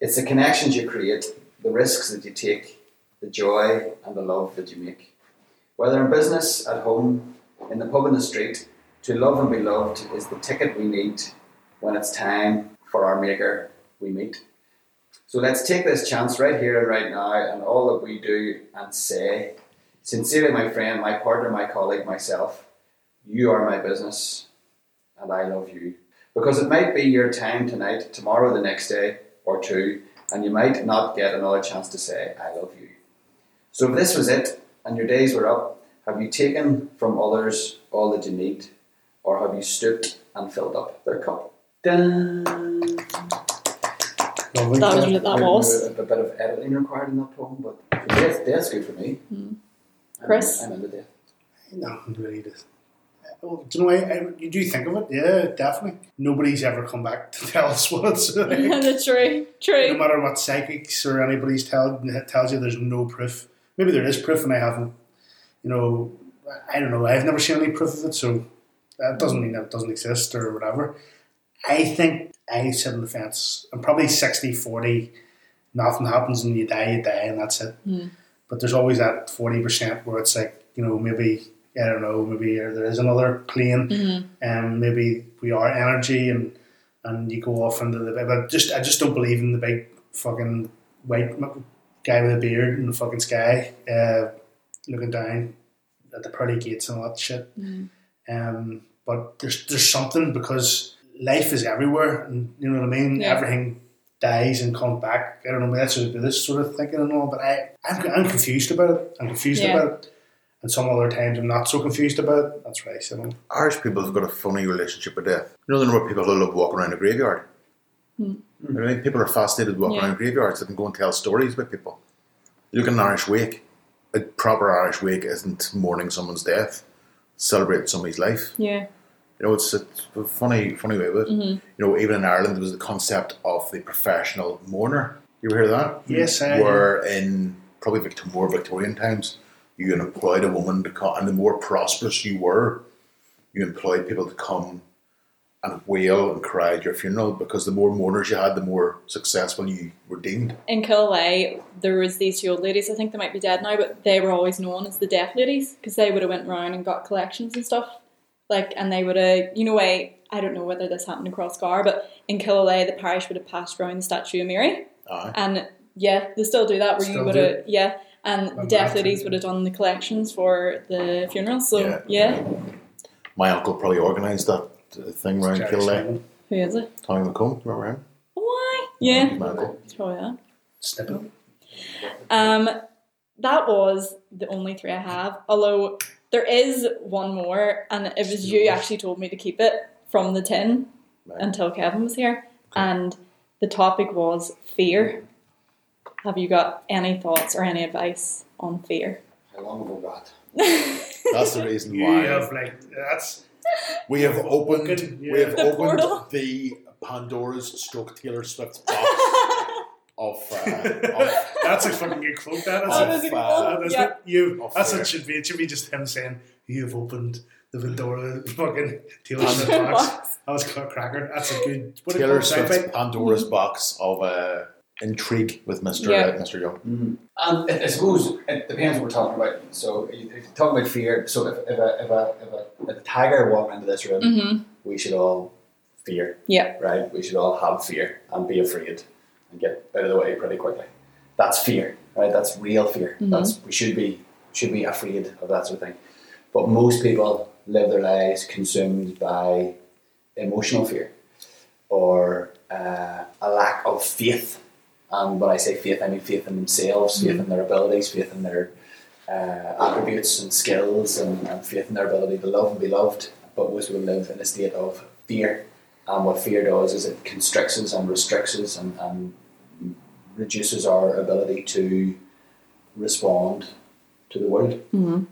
It's the connections you create, the risks that you take, the joy and the love that you make. Whether in business, at home, in the pub in the street, to love and be loved is the ticket we need when it's time for our maker we meet. So let's take this chance right here and right now and all that we do and say. Sincerely, my friend, my partner, my colleague, myself, you are my business and I love you. Because it might be your time tonight, tomorrow, the next day, or two, and you might not get another chance to say, I love you. So if this was it and your days were up, have you taken from others all that you need, or have you stooped and filled up their cup? Dun.
Lovely.
That was- that
There's
was.
A, a bit of editing required in that poem, but that's, that's good for me. I'm-
Hmm. Chris?
I'm into that.
No, really just. uh, Well, do you know, I, I, you do think of it, yeah, definitely. Nobody's ever come back to tell us what it's like.
the true,
no
true.
matter what psychics or anybody's tell, tells you, there's no proof. Maybe there is proof, and I haven't. You know, I I don't know. I've never seen any proof of it, so that doesn't mean that it doesn't exist or whatever. I think I sit on the fence. I'm probably 60, 40. Nothing happens, and you die, you die, and that's it. But there's always that 40% where it's like, you know, maybe, I don't know, maybe there is another plane, and maybe we are energy, and and you go off into the but just I just don't believe in the big fucking white m- guy with a beard in the fucking sky, uh, looking down at the pearly gates and all that shit. Um, but there's there's something because life is everywhere, and you know what I mean.
Yeah.
Everything dies and comes back. I don't know. That's what this sort of thinking and all. But I I'm, I'm confused about it. I'm confused
Yeah.
about it. And some other times I'm not so confused about it. That's right. So
Irish people have got a funny relationship with death. You know the number of people who love walking around a graveyard. I mean, people are fascinated with walking
Yeah.
around graveyards. They can go and tell stories about people. You look at an Irish wake. A proper Irish wake isn't mourning someone's death, celebrating somebody's life.
Yeah.
You know, it's a funny, funny way with it. You know, even in Ireland, there was the concept of the professional mourner. You ever heard of that?
Yes, I-
Where in probably Victor- more Victorian times, you employed a woman to come, and the more prosperous you were, you employed people to come and wail and cry at your funeral because the more mourners you had, the more successful you were deemed.
In Kilway, there was these two old ladies. I think they might be dead now, but they were always known as the deaf ladies because they would have went round and got collections and stuff. Like, and they would have, you know, I, I don't know whether this happened across Gar, but in Kilway, the parish would have passed round the statue of Mary,
Aye.
and yeah, they still do that. Where you
Still
would
do
have, yeah, and the
Well,
deaf
that's-
ladies would have done the collections for the funerals. So
Yeah.
yeah.
My uncle probably organised that uh, thing round
Jerry
Kilday.
Simon.
who is it?
Tommy McComb, remember him?
Why? Yeah,
My uncle.
it's probably that.
Snippet.
Um, that was the only three I have. Although there is one more, and it was you actually told me to keep it from the tin
Right.
until Kevin was here. And the topic was fear. Have you got any thoughts or any advice on fear?
How long have we got?
That's the reason
You
why.
have like that's
We have opened.
Opened, yeah.
We have
The
opened
portal.
the Pandora's stroke Taylor Swift's box of, uh, of
that's a fucking good quote. That is
Oh,
it.
that's
a good
uh,
one.
That is
Yeah.
it. You.
Off
that's
air.
it. Should be. It should be just him saying you've opened the Pandora fucking Taylor
Pandora
Swift box. That was cra- cracker. That's a good. What do you call
Taylor
it?
Swift's
Sci-fi?
Pandora's box of uh, intrigue with Mister
Mm-hmm. Yeah.
uh, Mister Young.
And Um, I I suppose it depends what we're talking about. So if you- if you're talking about fear, so if, if, a, if, a, if, a, if a tiger walked into this room,
Mm-hmm.
we should all fear.
Yeah.
Right? We should all have fear and be afraid and get out of the way pretty quickly. That's fear, right? That's real fear. That's we should be should be afraid of that sort of thing. But most people live their lives consumed by emotional fear or uh, a lack of faith. And when I say faith, I mean faith in themselves, faith in their abilities, faith in their uh, attributes and skills, and, and faith in their ability to love and be loved. But most people live in a state of fear. And Um, what fear does is it constricts us and restricts us and, and reduces our ability to respond to the world and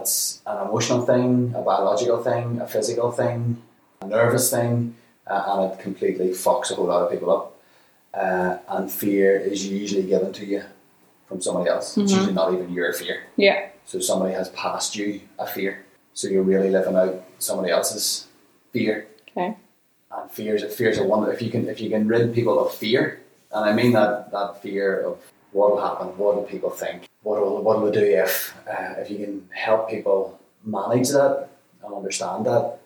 it's an emotional thing, a biological thing, a physical thing, a nervous thing, uh, and it completely fucks a whole lot of people up. Uh, and fear is usually given to you from somebody else. It's usually not even your fear.
Yeah.
So somebody has passed you a fear. So you're really living out somebody else's fear.
Okay.
And fear's fear's a wonder. If you can if you can rid people of fear, and I mean that that fear of what will happen, what will people think, what will what will we do if uh, if you can help people manage that and understand that,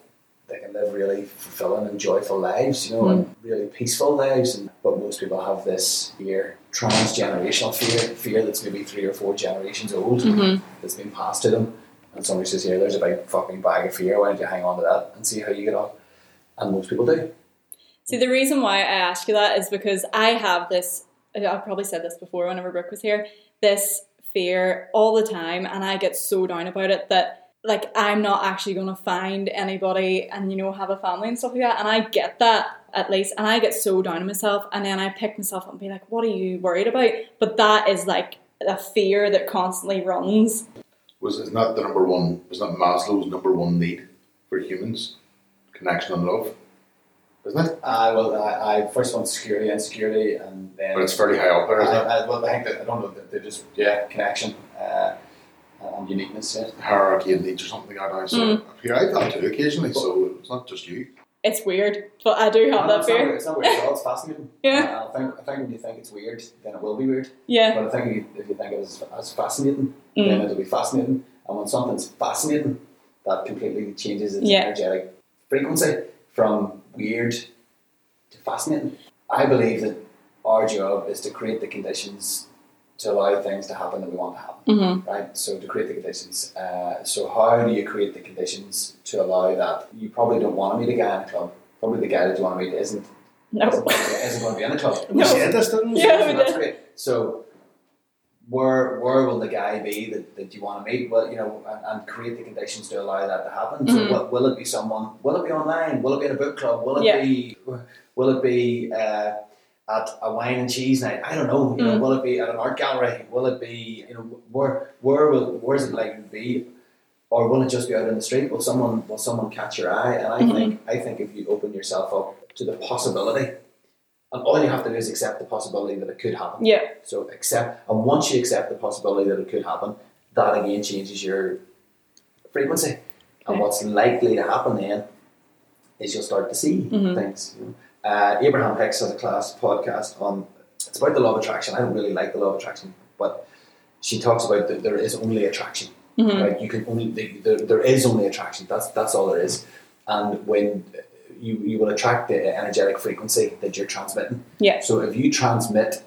they can live really fulfilling and joyful lives, you know, and really peaceful lives. And, but most people have this fear, transgenerational fear, fear that's maybe three or four generations old,
Mm-hmm.
that's been passed to them. And somebody says, "Here, there's a big fucking bag of fear. Why don't you hang on to that and see how you get on?" And most people do.
See, the reason why I ask you that is because I have this, I've probably said this before whenever Brooke was here, this fear all the time, and I get so down about it that, like, I'm not actually going to find anybody and, you know, have a family and stuff like that. And I get that at least, and I get so down on myself, and then I pick myself up and be like, what are you worried about? But that is like a fear that constantly runs.
Was is not the number one? Is not Maslow's number one need for humans? Connection and love, isn't it?
Uh, well, I, I first want security and security, and then
But it's fairly high up there, isn't
I,
it?
I, well, I think that I don't know that they just yeah connection uh, and uniqueness. Yeah.
Hierarchy and needs or something like that. So
Mm.
here I've had to occasionally. So it's not just you.
It's weird, but I do have
No,
that
it's, not,
fear.
weird- it's not weird at all. It's fascinating.
Yeah.
Uh, I think I think when you think it's weird, then it will be weird.
Yeah.
But I think if you- if you think it as, as fascinating,
Mm.
then it'll be fascinating. And when something's fascinating, that completely changes its
Yeah.
energetic frequency from weird to fascinating. I believe that our job is to create the conditions to allow things to happen that we want to happen
Mm-hmm.
right? So to create the conditions. Uh, so how do you create the conditions to allow that? You probably don't want to meet a guy in a club. Probably the guy that you want to meet isn't
No.
isn't, isn't going to be in a club.
We
No.
said this, didn't we?
Yeah.
So that's great. So where where will the guy be that, that you want to meet? Well, you know, and, and create the conditions to allow that to happen.
Mhm.
So will, will it be someone? Will it be online? Will it be in a book club? Will it
Yeah.
be? Will it be? Uh, at a wine and cheese night? I don't know. You know, will it be at an art gallery? Will it be you know where where will where's it likely to be? Or will it just be out in the street? Will someone will someone catch your eye? And I think I think if you open yourself up to the possibility, and all you have to do is accept the possibility that it could happen.
Yeah.
So accept, and once you accept the possibility that it could happen, that again changes your frequency.
Okay.
And what's likely to happen then is you'll start to see
Mhm.
things. you know. Uh, Abraham Hicks has a class podcast on it's about the law of attraction. I don't really like the law of attraction, but she talks about that there is only attraction.
Mhm.
Right? You can only the- there, there is only attraction. That's that's all there is. And when you you will attract the energetic frequency that you're transmitting.
Yeah.
So if you transmit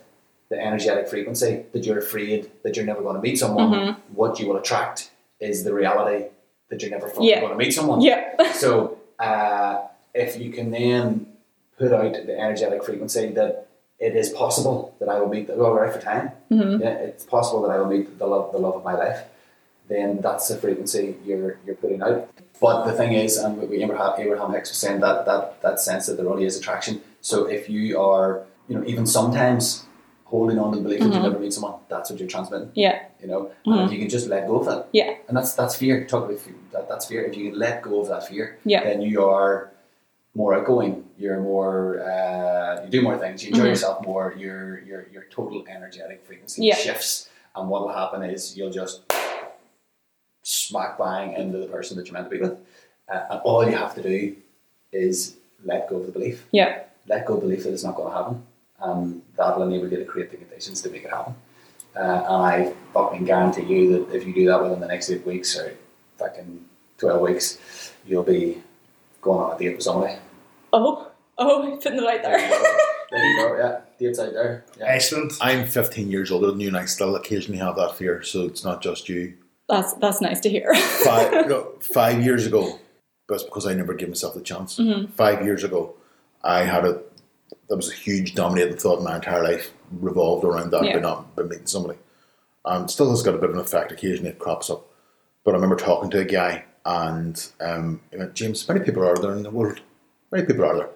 the energetic frequency that you're afraid that you're never going to meet someone,
Mhm.
what you will attract is the reality that you're never fucking
Yeah.
going to meet someone.
Yeah.
So uh, if you can then put out the energetic frequency that it is possible that I will meet the well, we're out for time.
Mhm.
Yeah, it's possible that I will meet the love the love of my life. Then that's the frequency you're you're putting out. But the thing is, and we- we Abraham, Abraham Hicks was saying that that that sense that there only is attraction. So if you are, you know, even sometimes holding on to the belief that you'll never meet someone, that's what you're transmitting.
Yeah.
You know, and if you can just let go of that,
Yeah.
and that's that's fear. Talk about fear. That, that's fear. If you can let go of that fear,
Yeah.
then you are more outgoing. You're more. Uh, you do more things. You
Mm-hmm.
enjoy yourself more. Your your your total energetic frequency
Yeah.
shifts, and what will happen is you'll just smack bang into the person that you're meant to be with, uh, and all you have to do is let go of the belief.
Yeah.
Let go of the belief that it's not going to happen, and that will enable you to create the conditions to make it happen. Uh, and I fucking guarantee you that if you do that within the next eight weeks or fucking 12 weeks, you'll be going on a date with somebody.
Oh. Oh, putting the light
There
there.
you go. There you go. Yeah, dates out there. Yeah.
Excellent.
I'm 15 years older than you, and I still occasionally have that fear. So it's not just you.
That's that's nice to hear.
Five, no, five years ago, that's because I never gave myself the chance. Five years ago, I had a that was a huge dominating thought in my entire life revolved around that,
Yeah.
but not by meeting somebody. Um, still has got a bit of an effect occasionally. It crops up. But I remember talking to a guy, and um, he went, James, how many people are there in the world? How many people are there?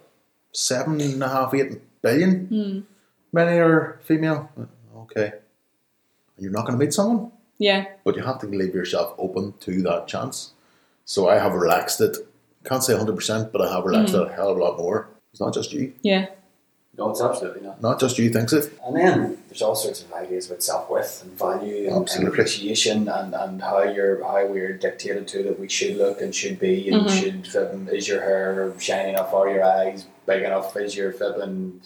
Seven and a half, eight billion? Many are female. Okay. You're not going to meet someone?
yeah.
but you have to leave yourself open to that chance. So I have relaxed it. Can't say 100%, but I have relaxed it a hell of a lot more. It's not just you.
Yeah.
No, it's absolutely not.
Not just you thinks it.
And then there's all sorts of ideas about self-worth and value and, and
Absolutely.
appreciation and, and how you're how we're dictated to that we should look and should be and should um, is your hair shiny enough are your eyes big enough is your flipping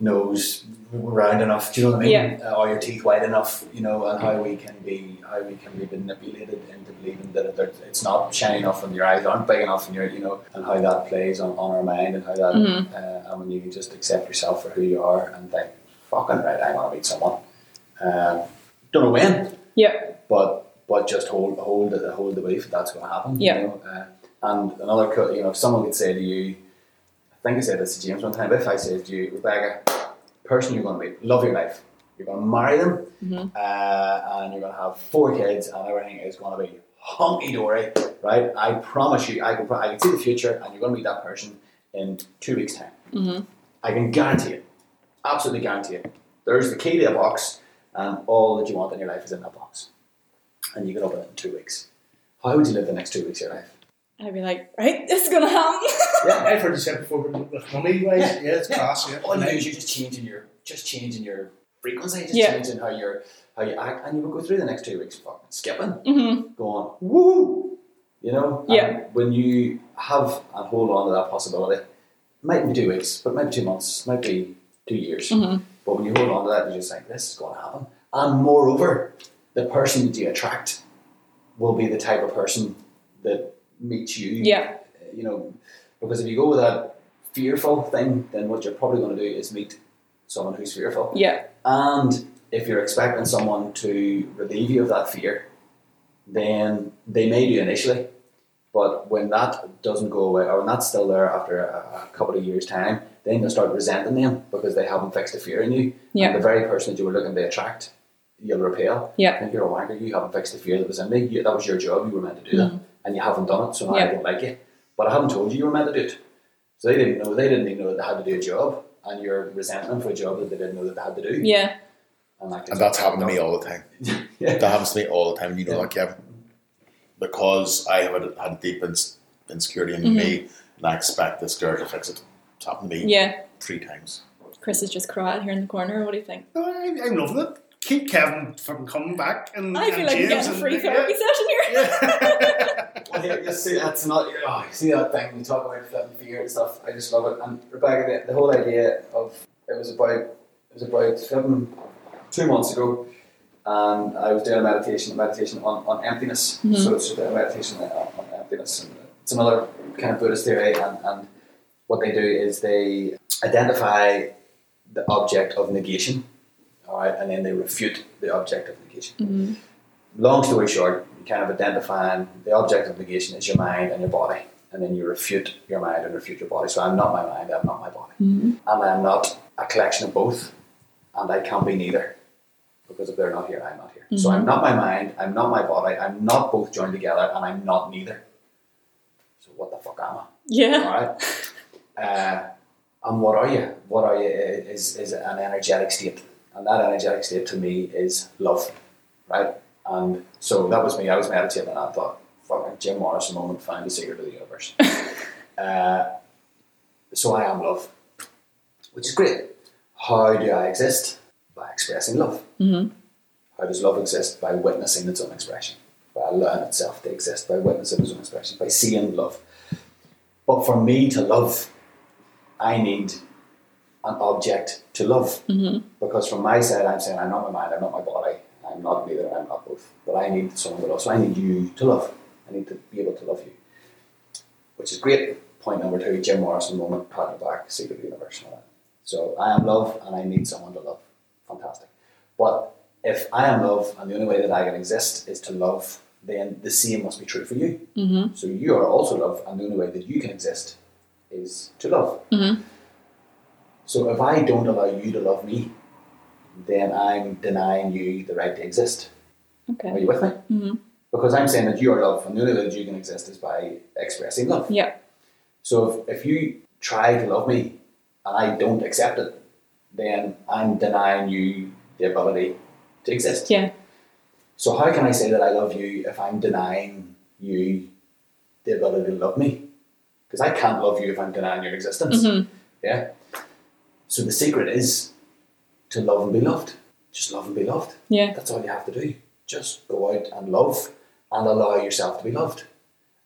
nose round enough do you know what I mean
Yeah.
Uh, are your teeth wide enough you know and how we can be how we can be manipulated into believing that it- it's not shiny enough and your eyes aren't big enough and you're you know and how that plays on, on our mind and how that
Mhm.
uh, and when you can just accept yourself for who you are and think fucking right, I want to meet someone. Um, don't know when,
Yeah.
but but just hold hold the hold the belief that that's going to happen.
Yeah.
You know? uh, and another, co- you know, if someone could say to you, I think I said this to James one time. If I said to you, Rebecca, person you're going to meet, love your life, you're going to marry them,
Mhm.
uh, and you're going to have four kids, and everything is going to be hunky dory, right? I promise you, I can pro- I can see the future, and you're going to meet that person in two weeks' time.
Mhm.
I can guarantee it, absolutely guarantee it. There's the key to the box, and Um, all that you want in your life is in that box, and you can open it in two weeks. How would you live the next two weeks of your life?
I'd be like, right, this is gonna happen.
Yeah.
I've heard you said before with with money wise, yeah,
Yeah,
it's class, yeah.
All you do is you're just changing your just changing your frequency, just
Yeah.
changing how you're how you act, and you will go through the next two weeks fucking skipping,
hmm
going woo, you know. And
Yeah.
when you have and hold on to that possibility, it might be two weeks, but it might be two months, it might be two years.
Mhm.
But when you hold on to that, you just think this is going to happen, and moreover, the person that you attract will be the type of person that meets you
Yeah.
you know, because if you go with that fearful thing, then what you're probably going to do is meet someone who's fearful.
Yeah.
And if you're expecting someone to relieve you of that fear, then they may do initially, but when that doesn't go away, or when that's still there after a, a couple of years' time, then you'll start resenting them because they haven't fixed the fear in you.
Yeah.
And the very person that you were looking to attract, you'll repel.
Yeah.
And you're a wanker, you haven't fixed the fear that was in me. You, that was your job, you were meant to do that. And you haven't done it, so now
Yeah.
I don't like you. But I haven't told you you were meant to do it. So they didn't know, they didn't even know that they had to do a job. and your resentment for a job that they didn't know that they had to do.
Yeah.
And, like,
And that's happened to me all the time.
yeah.
That happens to me all the time, and you know
Yeah.
that, Kevin. Because I have a, had deep ins- insecurity in
Mhm.
me, and I expect this girl to fix it. It's happened to me
Yeah.
three times.
Chris is just crying here in the corner. What do you think?
No, I, I'm loving it. Keep Kevin from coming back and
I feel
and
like I'm
James
getting a
and-
free therapy session here.
Yeah.
Well, yeah, you see, that's not. Oh, you see that thing we talk about flipping fear and stuff. I just love it. And Rebecca, the, the whole idea of it was about it was about flipping two months ago, and I was doing a meditation, meditation on, on emptiness.
Mhm.
So it's just a meditation on, on emptiness. And it's another kind of Buddhist theory, and, and what they do is they identify the object of negation, all right, and then they refute the object of negation
Mm-hmm.
long story short, you kind of identifying the object of negation is your mind and your body, and then you refute your mind and refute your body. So I'm not my mind, I'm not my body, and I'm not a collection of both, and I can't be neither, because if they're not here, I'm not here. So I'm not my mind, I'm not my body, I'm not both joined together, and I'm not neither. So what the fuck am I?
Yeah.
Alright. Uh, and what are you? What are you is, is an energetic state. And that energetic state to me is love. Right? And so that was me. I was meditating and I thought, fucking Jim Morrison moment, find the secret of the universe. uh, so I am love, which is great. How do I exist? By expressing love.
Mhm.
How does love exist? By witnessing its own expression. By allowing itself to exist, by witnessing its own expression, by seeing love. But for me to love, I need an object to love. Because from my side, I'm saying I'm not my mind, I'm not my body, I'm not neither, I'm not both. But I need someone to love. So I need you to love. I need to be able to love you. Which is great. Point number two Jim Morrison moment, pat on the back, secret universe. and all that. So I am love and I need someone to love. Fantastic. But if I am love and the only way that I can exist is to love, then the same must be true for you.
Mhm.
So you are also love, and the only way that you can exist is to love.
Mhm.
So if I don't allow you to love me, then I'm denying you the right to exist. Are
Okay.
you with me?
Mhm.
Because I'm saying that you are love, and the only way that you can exist is by expressing love.
Yeah.
So if, if you try to love me and I don't accept it, then I'm denying you the ability to exist.
Yeah.
So how can I say that I love you if I'm denying you the ability to love me? Because I can't love you if I'm denying your existence.
Mhm.
Yeah. So the secret is to love and be loved. Just love and be loved.
Yeah.
That's all you have to do. Just go out and love and allow yourself to be loved.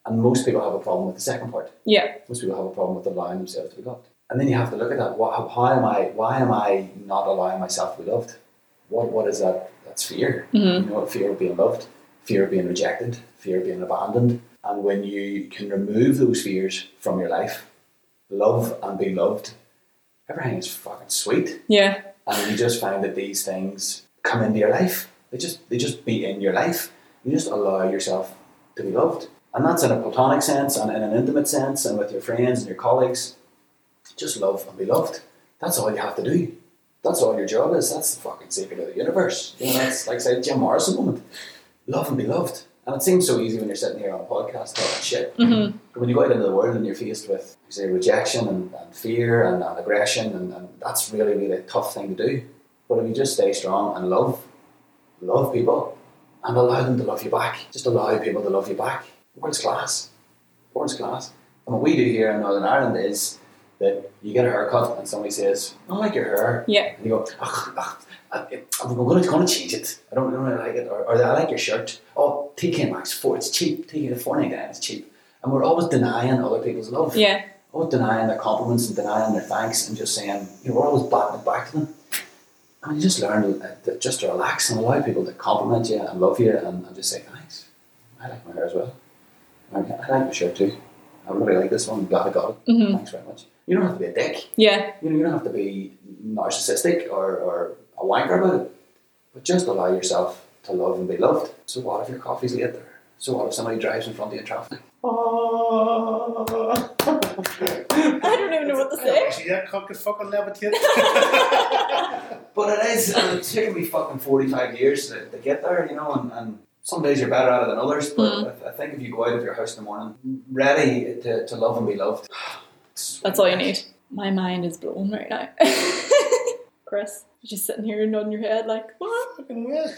And most people have a problem with the second part.
Yeah.
Most people have a problem with allowing themselves to be loved. And then you have to look at that. Why, how am I? Why am I not allowing myself to be loved? What What is that? That's fear. You know, fear of being loved, fear of being rejected, fear of being abandoned. And when you can remove those fears from your life, love and be loved, everything is fucking sweet.
Yeah.
And you just find that these things come into your life. They just they just be in your life. You just allow yourself to be loved. And that's in a platonic sense and in an intimate sense and with your friends and your colleagues. Just love and be loved. That's all you have to do. That's all your job is. That's the fucking secret of the universe. You know, that's like I said, Jim Morrison moment. Love and be loved. And it seems so easy when you're sitting here on a podcast talking shit.
Mhm.
But when you go out into the world and you're faced with, you say, rejection and, and fear and, and aggression, and, and that's really, really a tough thing to do. But if you just stay strong and love, love people, and allow them to love you back, just allow people to love you back. World's class. World's class. And what we do here in Northern Ireland is that you get a haircut and somebody says, I don't like your hair.
Yeah.
And you go, "Ugh, ugh, uh, I- I'm going to, going to change it. I don't, I don't really like it. Or, or I like your shirt. Oh, TK Maxx, four, it's cheap. TK, four ninety nine, it's cheap. And we're always denying other people's love.
Yeah.
Always denying their compliments and denying their thanks and just saying, you know, we're always batting it back to them. And you just learn to, uh, to just to relax and allow people to compliment you and love you and, and just say, thanks. I like my hair as well. I, I like my shirt too. I really like this one. I'm glad I got it.
Mhm.
Thanks very much. You don't have to be a dick
Yeah.
you know, you don't have to be narcissistic or, or a wanker about it, but just allow yourself to love and be loved. So what if your coffee's late there? So what if somebody drives in front of you in traffic?
Oh.
I don't even know what to say.
See that cock could fucking levitate.
But it is, and it's taken me fucking 45 years to, to get there, you know, and, and some days you're better at it than others, but
Mm-hmm.
I, I think if you go out of your house in the morning ready to, to love and be loved,
That's all you need. My mind is blown right now. Chris, you're just sitting here nodding your head like, what?
Fucking weird.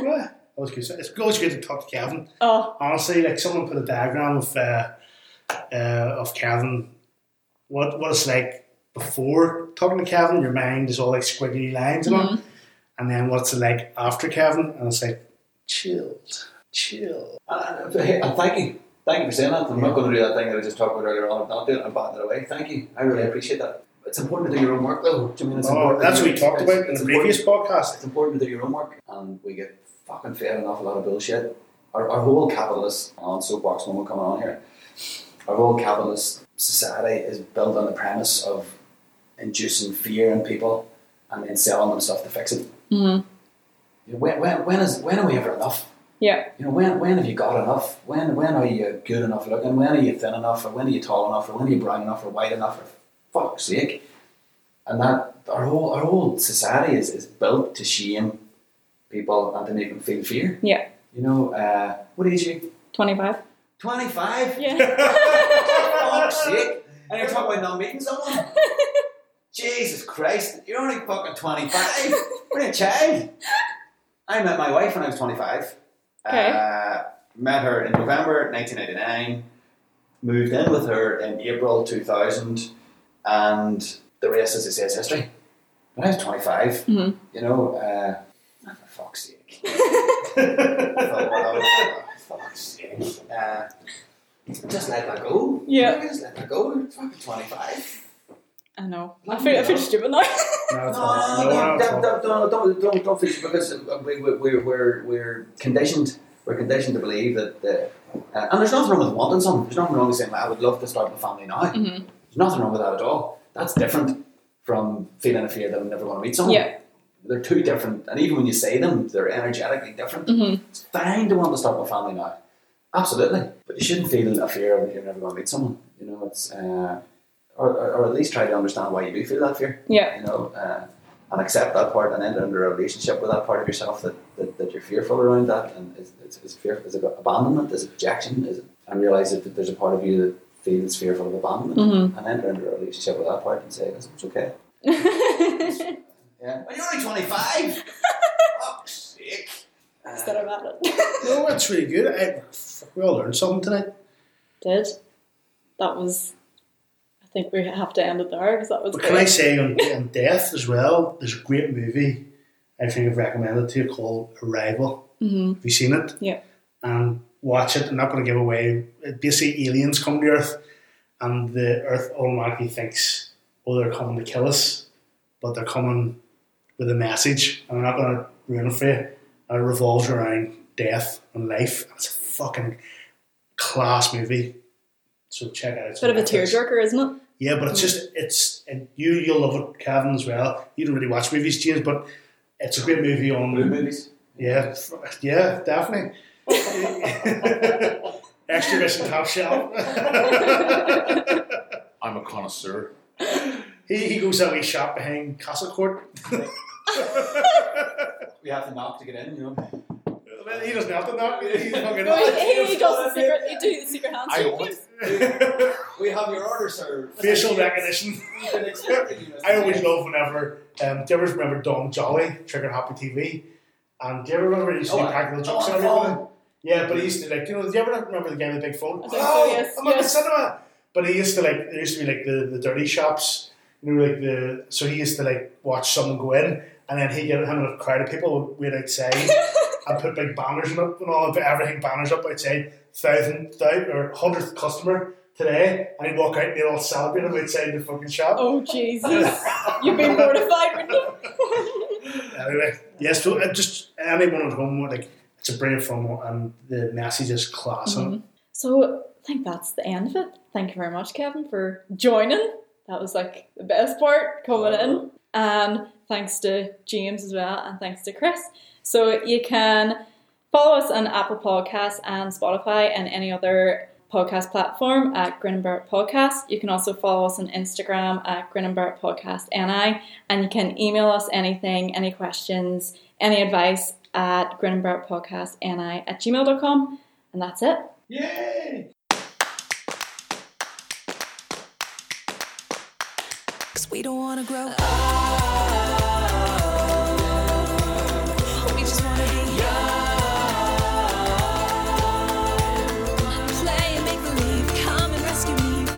Yeah. Always good. It's always good to talk to Kevin.
oh,
Honestly, like someone put a diagram of uh, uh, of Kevin. What what it's like before talking to Kevin, your mind is all like squiggly lines and all, and then what's it like after Kevin, and it's like chilled, chill.
And, Uh, thank you. Thank you for saying that. I'm not going to do that thing that I just talked about earlier on. I'm not doing it. I'm batting it away. Thank you. I really appreciate that. It's important to do your own work, though. Do you mean it's
Oh,
important
that's
to
what
do-
we talked
it's-
about in
it's
the previous
important-
podcast.
It's important to do your own work, and we get fucking fed an awful lot of bullshit. Our, our whole capitalist, oh, on soapbox moment coming on here, our whole capitalist society is built on the premise of inducing fear in people and then selling them stuff to fix it.
Mhm.
You know, When, when, when, is, when are we ever enough?
yeah.
you know, when, when have you got enough? When when are you good enough looking? When are you thin enough? Or when are you tall enough? Or when are you brown enough? Or wide enough? Or fuck's sake! And that our whole our whole society is, is built to shame people and to make them feel fear.
Yeah.
You know, uh, what age are you?
25.
Twenty five.
Yeah.
fuck's sake! And you're talking about not meeting someone. Jesus Christ! You're only fucking twenty five. What a child. I met my wife when I was twenty five.
Okay.
Uh, met her in November 1999. Moved in with her in April 2000, and the rest, as it says, history. When I was 25,
Mhm.
you know, uh, ah, for fuck's sake. I thought, well, for fuck's sake. Uh, just let that go.
Yeah.
Just let that go. You're fucking 25.
I know. I feel, I feel stupid now.
No, it's not. Oh, No,
No, no,
no, it's
don't,
not.
don't, don't, don't, don't, don't feel because uh, we, we, we're, we're, we're conditioned. We're conditioned to believe that, the, uh, and there's nothing wrong with wanting something. There's nothing wrong with saying, "I would love to start my family now."
Mhm.
There's nothing wrong with that at all. That's different from feeling a fear that I'm never going to meet someone.
yeah.
They're two different, and even when you say them, they're energetically different.
Mhm.
It's fine to want to start my family now, absolutely, but you shouldn't feel a fear of you're never going to meet someone. You know, it's uh, or, or, or at least try to understand why you do feel that fear
Yeah.
you know, uh, and accept that part and enter into a relationship with that part of yourself that, that, that you're fearful around that and is, is, is fear is it abandonment, is it rejection, is it, and realize that there's a part of you that feels fearful of abandonment
Mhm.
and enter into a relationship with that part and say, "Listen, it's okay. Yeah. Well, you're only 25! Fuck's sake.
Instead
Uh,
of it.
No, that's really good. I, fuck, we all learned something tonight.
Did. That was. I think we have to end it there because that was
But
great.
can I say on, on death as well? There's a great movie I think I've recommended to you called Arrival.
Mhm.
Have you seen it?
Yeah.
And watch it. I'm not going to give away. Basically, aliens come to Earth, and the Earth automatically thinks, "Oh, they're coming to kill us," but they're coming with a message, and I'm not going to ruin it for you. And it revolves around death and life. It's a fucking class movie. So check it out. It's
Bit of
on
a
Netflix.
tearjerker, isn't it?
Yeah, but it's just it's and you you'll love it, Kevin as well. You don't really watch movies, James, but it's a great movie
Blue
on.
movies.
Yeah, f- yeah, definitely. Extra mission top shelf.
I'm a connoisseur.
he, he goes out. He shop behind Castle Court.
We have to knock to get in, you know.
Well, he doesn't have to knock. He's fucking.
No,
Oh,
he, he
it's
does the secret.
just-
You do the secret
I
handshake.
own it.
We have your order, sir.
Facial recognition.
We've been expecting you, Mr.
I always love whenever. Um, do you ever remember Don Jolly, Trigger Happy TV? And do you ever remember he used to
Oh,
do
I-
practical
oh,
jokes and
I
everything?
know.
Yeah, but he used to like, you know, do you ever remember the game with the big phone?
I think so,
oh,
yes,
I'm at
yes.
the cinema. But he used to like, there used to be like the, the dirty shops, you know, like the, so he used to like watch someone go in and then he'd get him and a crowd of people would wait outside and put big banners in up and all, put everything banners up outside, thousand, thousand or hundredth customer today, and he'd walk out and they'd all celebrate him outside the fucking shop.
Oh Jesus! You've been mortified, wouldn't you?
Anyway, yes, so uh, just anyone at home, like, it's a brilliant film and um, the message is class. and
Mm-hmm. So I think that's the end of it. Thank you very much, Kevin, for joining. That was like the best part coming in. And thanks to James as well, and thanks to Chris. So you can follow us on Apple Podcasts and Spotify and any other podcast platform at Grin and Barrett Podcast. You can also follow us on Instagram at Grin and Barrett Podcast NI, and you can email us anything, any questions, any advice at Grin and Barrett Podcast NI at gmail.com. And that's it.
Yay!
we don't wanna grow up.